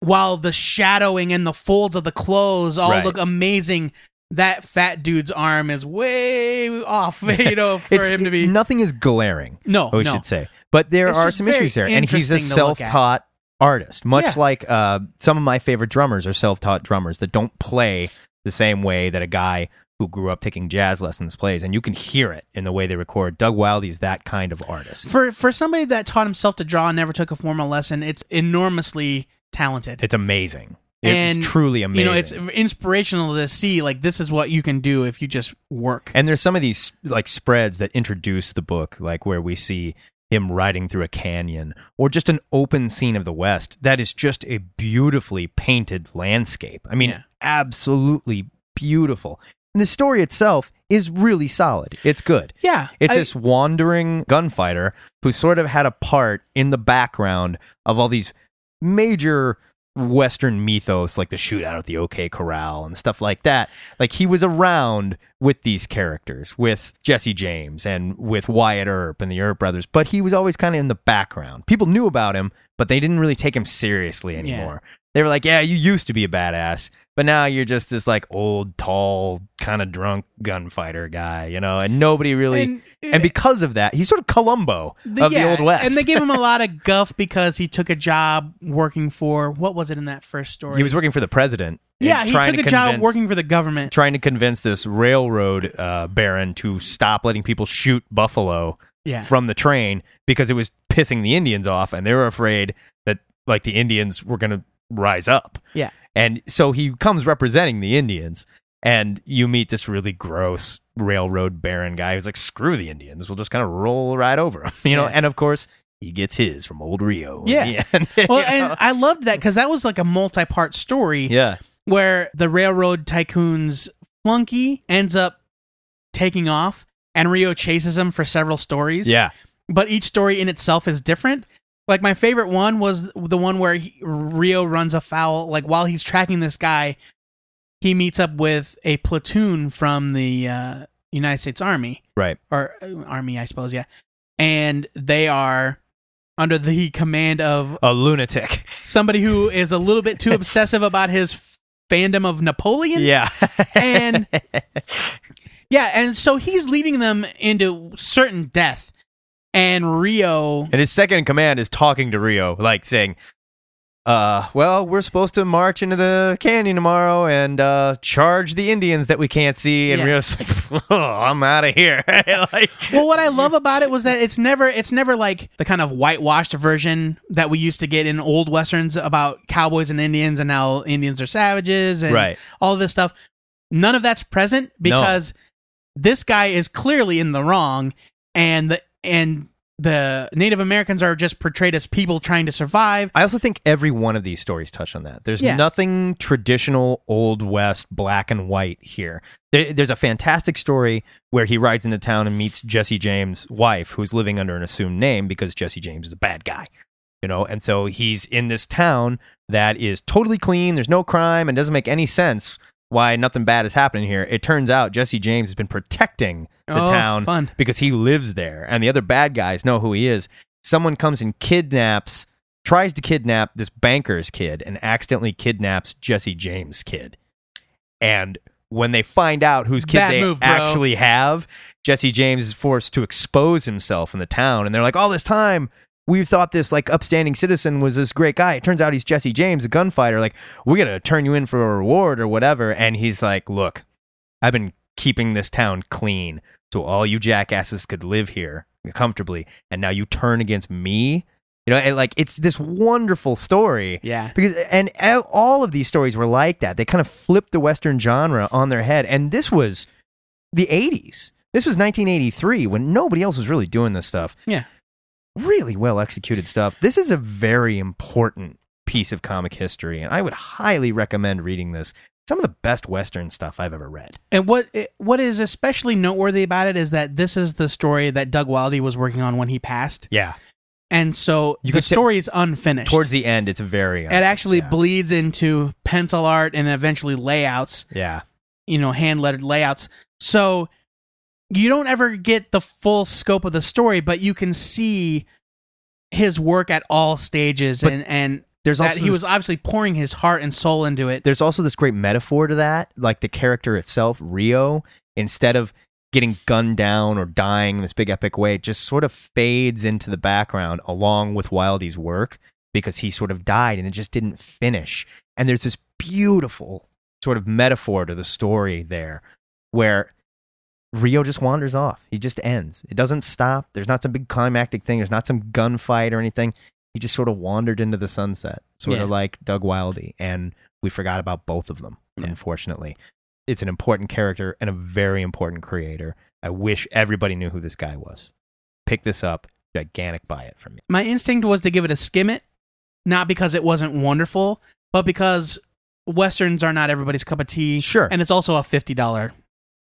Speaker 5: while the shadowing and the folds of the clothes all
Speaker 4: Right.
Speaker 5: look amazing that fat dude's arm is way off you know for
Speaker 4: it's,
Speaker 5: him to be
Speaker 4: nothing is glaring.
Speaker 5: no
Speaker 4: I
Speaker 5: no
Speaker 4: should say. But there
Speaker 5: It's
Speaker 4: are
Speaker 5: just
Speaker 4: some
Speaker 5: very
Speaker 4: issues there, and he's a
Speaker 5: interesting to look at.
Speaker 4: self-taught artist, much
Speaker 5: Yeah.
Speaker 4: like uh, some of my favorite drummers are self-taught drummers that don't play the same way that a guy who grew up taking jazz lessons plays, and you can hear it in the way they record. Doug Wilde's that kind of artist.
Speaker 5: for for somebody that taught himself to draw and never took a formal lesson, it's enormously talented.
Speaker 4: It's amazing.
Speaker 5: And,
Speaker 4: It's truly amazing.
Speaker 5: You know, it's inspirational to see like this is what you can do if you just work.
Speaker 4: and there's some of these like spreads that introduce the book, like where we see him riding through a canyon or just an open scene of the West that is just a beautifully painted landscape. I mean,
Speaker 5: Yeah.
Speaker 4: absolutely beautiful. And the story itself is really solid. It's good.
Speaker 5: yeah,
Speaker 4: It's
Speaker 5: I-
Speaker 4: this wandering gunfighter who sort of had a part in the background of all these major Western mythos, like the shootout at the OK Corral and stuff like that. Like he was around with these characters, with Jesse James and with Wyatt Earp and the Earp brothers, but he was always kind of in the background. People knew about him, but they didn't really take him seriously anymore. They were like, yeah, you used to be a badass, but now you're just this like old, tall, kind of drunk gunfighter guy, you know, and nobody really
Speaker 5: And-
Speaker 4: and because of that, he's sort of Columbo
Speaker 5: the-
Speaker 4: of
Speaker 5: yeah,
Speaker 4: the old west.
Speaker 5: and they gave him a lot of guff because he took a job working for what was it in that first story?
Speaker 4: he was working for the president. and
Speaker 5: yeah, he took a
Speaker 4: trying to
Speaker 5: job
Speaker 4: convince-
Speaker 5: working for the government.
Speaker 4: trying to convince this railroad uh, baron to stop letting people shoot buffalo
Speaker 5: Yeah,
Speaker 4: from the train because it was pissing the Indians off, and they were afraid that like the Indians were going to rise up.
Speaker 5: Yeah.
Speaker 4: and so he comes representing the Indians, and you meet this really gross railroad baron guy who's like, "Screw the Indians, we'll just kind of roll right over them," you know.
Speaker 5: Yeah.
Speaker 4: And of course, he gets his from old Rio. in
Speaker 5: Yeah.
Speaker 4: the end, you
Speaker 5: well,
Speaker 4: know?
Speaker 5: and I loved that because that was like a multi-part story.
Speaker 4: yeah,
Speaker 5: where the railroad tycoon's flunky ends up taking off and Rio chases him for several stories.
Speaker 4: yeah,
Speaker 5: But each story in itself is different. Like my favorite one was the one where he, Rio runs afoul like while he's tracking this guy, he meets up with a platoon from the uh, United States Army
Speaker 4: right.
Speaker 5: or uh, army I suppose, yeah. And they are under the command of
Speaker 4: A lunatic.
Speaker 5: somebody who is a little bit too obsessive about his fandom of Napoleon.
Speaker 4: Yeah,
Speaker 5: And yeah, and so he's leading them into certain death. And Rio,
Speaker 4: And his second in command is talking to Rio, like saying, uh, well, we're supposed to march into the canyon tomorrow and uh, charge the Indians that we can't see. And
Speaker 5: Yeah.
Speaker 4: Rio's like, oh, I'm out of here. like,
Speaker 5: well, what I love about it was that it's never it's never like the kind of whitewashed version that we used to get in old westerns about cowboys and Indians and how Indians are savages and
Speaker 4: Right.
Speaker 5: all this stuff. None of that's present because this guy is clearly in the wrong, and the and the Native Americans are just portrayed as people trying to survive.
Speaker 4: I also think every one of these stories touch on that. There's
Speaker 5: Yeah.
Speaker 4: nothing traditional old west black and white here. There, there's a fantastic story where he rides into town and meets Jesse James' wife, who's living under an assumed name because Jesse James is a bad guy, you know. And so he's in this town that is totally clean. There's no crime and doesn't make any sense why nothing bad is happening here. It turns out Jesse James has been protecting the
Speaker 5: Oh,
Speaker 4: town
Speaker 5: fun.
Speaker 4: because he lives there, and the other bad guys know who he is. Someone comes and kidnaps, tries to kidnap this banker's kid, and accidentally kidnaps Jesse James' kid. And when they find out whose kid
Speaker 5: Bad
Speaker 4: they
Speaker 5: move, bro.
Speaker 4: actually have, Jesse James is forced to expose himself in the town. And they're like, all this time, we thought this like upstanding citizen was this great guy. It turns out he's Jesse James, a gunfighter. Like, we're going to turn you in for a reward or whatever. And he's like, look, I've been keeping this town clean so all you jackasses could live here comfortably. And now you turn against me. You know, and like it's this wonderful story.
Speaker 5: Yeah.
Speaker 4: Because and e, all of these stories were like that. They kind of flipped the western genre on their head. And this was the 80s. This was 1983 when nobody else was really doing this stuff.
Speaker 5: Yeah.
Speaker 4: Really well executed stuff. This is a very important piece of comic history and I would highly recommend reading this. Some of the best western stuff I've ever read.
Speaker 5: And what it- what is especially noteworthy about it is that this is the story that Doug Wildey was working on when he passed,
Speaker 4: Yeah.
Speaker 5: and so
Speaker 4: You
Speaker 5: the
Speaker 4: could say-
Speaker 5: story is unfinished.
Speaker 4: Towards the end it's very
Speaker 5: it actually
Speaker 4: yeah.
Speaker 5: bleeds into pencil art and eventually layouts,
Speaker 4: Yeah.
Speaker 5: you know, hand lettered layouts. So you don't ever get the full scope of the story, but you can see his work at all stages,
Speaker 4: But
Speaker 5: and and
Speaker 4: There's
Speaker 5: that
Speaker 4: also
Speaker 5: he
Speaker 4: this-
Speaker 5: was obviously pouring his heart and soul into it.
Speaker 4: there's also this great metaphor to that, like the character itself, Rio, instead of getting gunned down or dying in this big epic way, just sort of fades into the background along with Wildy's work because he sort of died and it just didn't finish. And there's this beautiful sort of metaphor to the story there where Rio just wanders off. He just ends. It doesn't stop. There's not some big climactic thing. There's not some gunfight or anything. He just sort of wandered into the sunset, sort
Speaker 5: Yeah.
Speaker 4: of like Doug Wildy. And we forgot about both of them, unfortunately. It's an important character and a very important creator. I wish everybody knew who this guy was. Pick this up. Gigantic buy it from me.
Speaker 5: my instinct was to give it a skim it, not because it wasn't wonderful, but because westerns are not everybody's cup of tea.
Speaker 4: Sure.
Speaker 5: and it's also a fifty dollar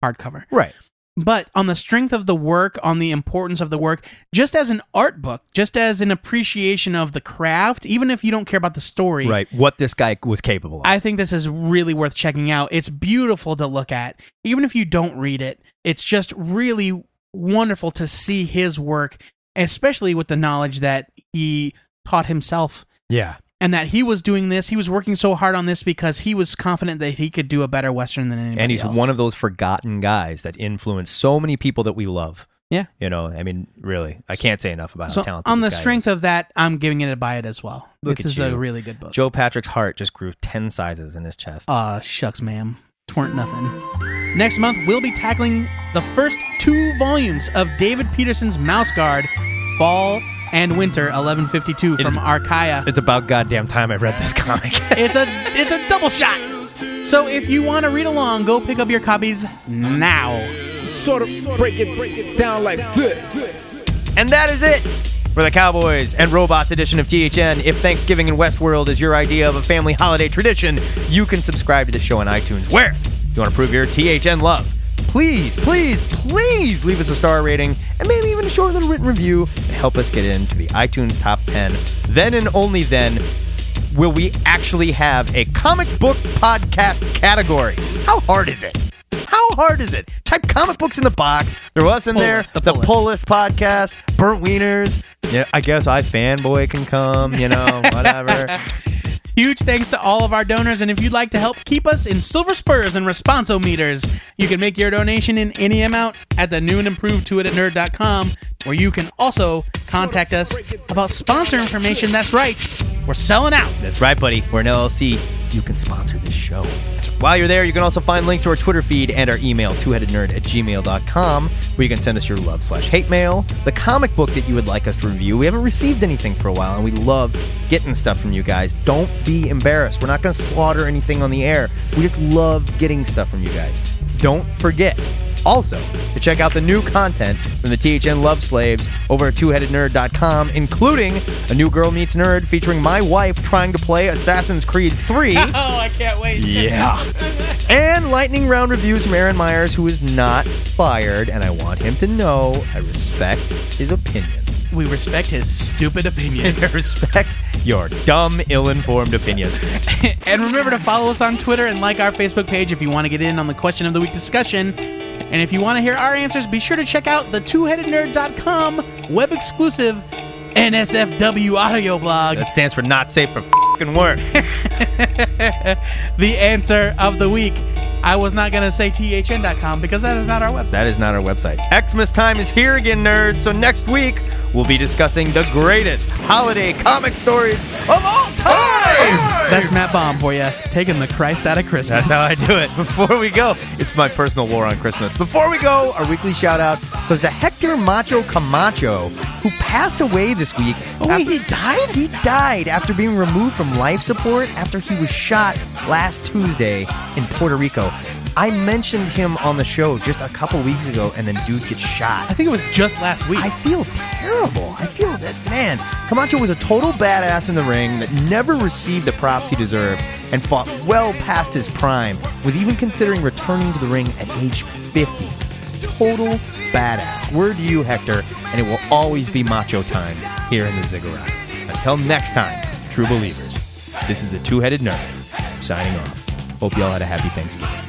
Speaker 5: hardcover.
Speaker 4: Right.
Speaker 5: But on the strength of the work, on the importance of the work, just as an art book, just as an appreciation of the craft, even if you don't care about the story,
Speaker 4: Right. What this guy was capable of.
Speaker 5: I think this is really worth checking out. It's beautiful to look at, even if you don't read it. It's just really wonderful to see his work, especially with the knowledge that he taught himself
Speaker 4: yeah.
Speaker 5: and that he was doing this. He was working so hard on this because he was confident that he could do a better Western than anybody
Speaker 4: And he's
Speaker 5: else.
Speaker 4: one of those forgotten guys that influenced so many people that we love.
Speaker 5: Yeah.
Speaker 4: You know, I mean, really, I can't say enough about
Speaker 5: so
Speaker 4: how uh, talented
Speaker 5: on the
Speaker 4: this guy
Speaker 5: strength
Speaker 4: is.
Speaker 5: of that, I'm giving it a buy it as well.
Speaker 4: Look
Speaker 5: this
Speaker 4: at
Speaker 5: is a
Speaker 4: you.
Speaker 5: really good book. Oh,
Speaker 4: Joe Patrick's heart just grew 10 sizes in his chest.
Speaker 5: Aw, shucks, ma'am. Twarn't nothing. Next month, we'll be tackling the first two volumes of David Peterson's Mouse Guard, Fall and Winter 1152 from Archaea.
Speaker 4: it's about goddamn time I read this comic.
Speaker 5: It's a it's a double shot. So if you want to read along, go pick up your copies now.
Speaker 3: Sort of break it, break it down like this.
Speaker 4: And that is it for the Cowboys and Robots edition of THN. If Thanksgiving in Westworld is your idea of a family holiday tradition, you can subscribe to the show on iTunes. Where if you want to prove your THN love? Please, please, please leave us a star rating and maybe even a short little written review and help us get into the iTunes top 10. Then and only then will we actually have a comic book podcast category. How hard is it? How hard is it? Type comic books in the box. Throw us in
Speaker 5: Pull
Speaker 4: there.
Speaker 5: list, the
Speaker 4: the
Speaker 5: pull list.
Speaker 4: pull list podcast. Burnt wieners. Yeah, I guess I fanboy can come. You know, whatever.
Speaker 5: Huge thanks to all of our donors, and if you'd like to help keep us in silver spurs and responso meters, you can make your donation in any amount at the new and improved to it at nerd.com, where you can also contact us about sponsor information. That's right, we're selling out.
Speaker 4: That's right, buddy. We're an LLC. You can sponsor this show. While you're there, you can also find links to our Twitter feed and our email, twoheadednerd at gmail.com, where you can send us your love slash hate mail, the comic book that you would like us to review. We haven't received anything for a while, and we love getting stuff from you guys. Don't be embarrassed. We're not going to slaughter anything on the air. We just love getting stuff from you guys. Don't forget also, to check out the new content from the THN Love Slaves over at twoheadednerd.com, including a new Girl Meets Nerd featuring my wife trying to play Assassin's Creed 3.
Speaker 5: Oh, I can't wait.
Speaker 4: Yeah. and lightning round reviews from Aaron Myers, who is not fired, and I want him to know I respect his opinions.
Speaker 5: We respect his stupid opinions.
Speaker 4: I respect your dumb, ill informed opinions.
Speaker 5: and remember to follow us on Twitter and like our Facebook page if you want to get in on the question of the week discussion. And if you want to hear our answers, be sure to check out the twoheadednerd.com web exclusive NSFW audio blog,
Speaker 4: That stands for not safe for fucking work.
Speaker 5: The Answer of the Week. I was not going to say THN.com because that is not our website.
Speaker 4: That is not our website. Xmas time is here again, nerds. So next week, we'll be discussing the greatest holiday comic stories of all time.
Speaker 5: That's Matt Bomb for you, taking the Christ out of Christmas.
Speaker 4: That's how I do it. Before we go, it's my personal war on Christmas. Before we go, our weekly shout out goes to Hector Macho Camacho, who passed away this week.
Speaker 5: Oh, wait, he died?
Speaker 4: He died after being removed from life support after he was shot last Tuesday in Puerto Rico. I mentioned him on the show just a couple weeks ago, and then dude gets shot.
Speaker 5: I think it was just last week.
Speaker 4: I feel terrible. I feel that man. Camacho was a total badass in the ring that never received the props he deserved and fought well past his prime, was even considering returning to the ring at age 50. Total badass. Word to you, Hector, and it will always be macho time here in the ziggurat. Until next time, true believers, this is the two headed nerd signing off. Hope y'all had a happy Thanksgiving.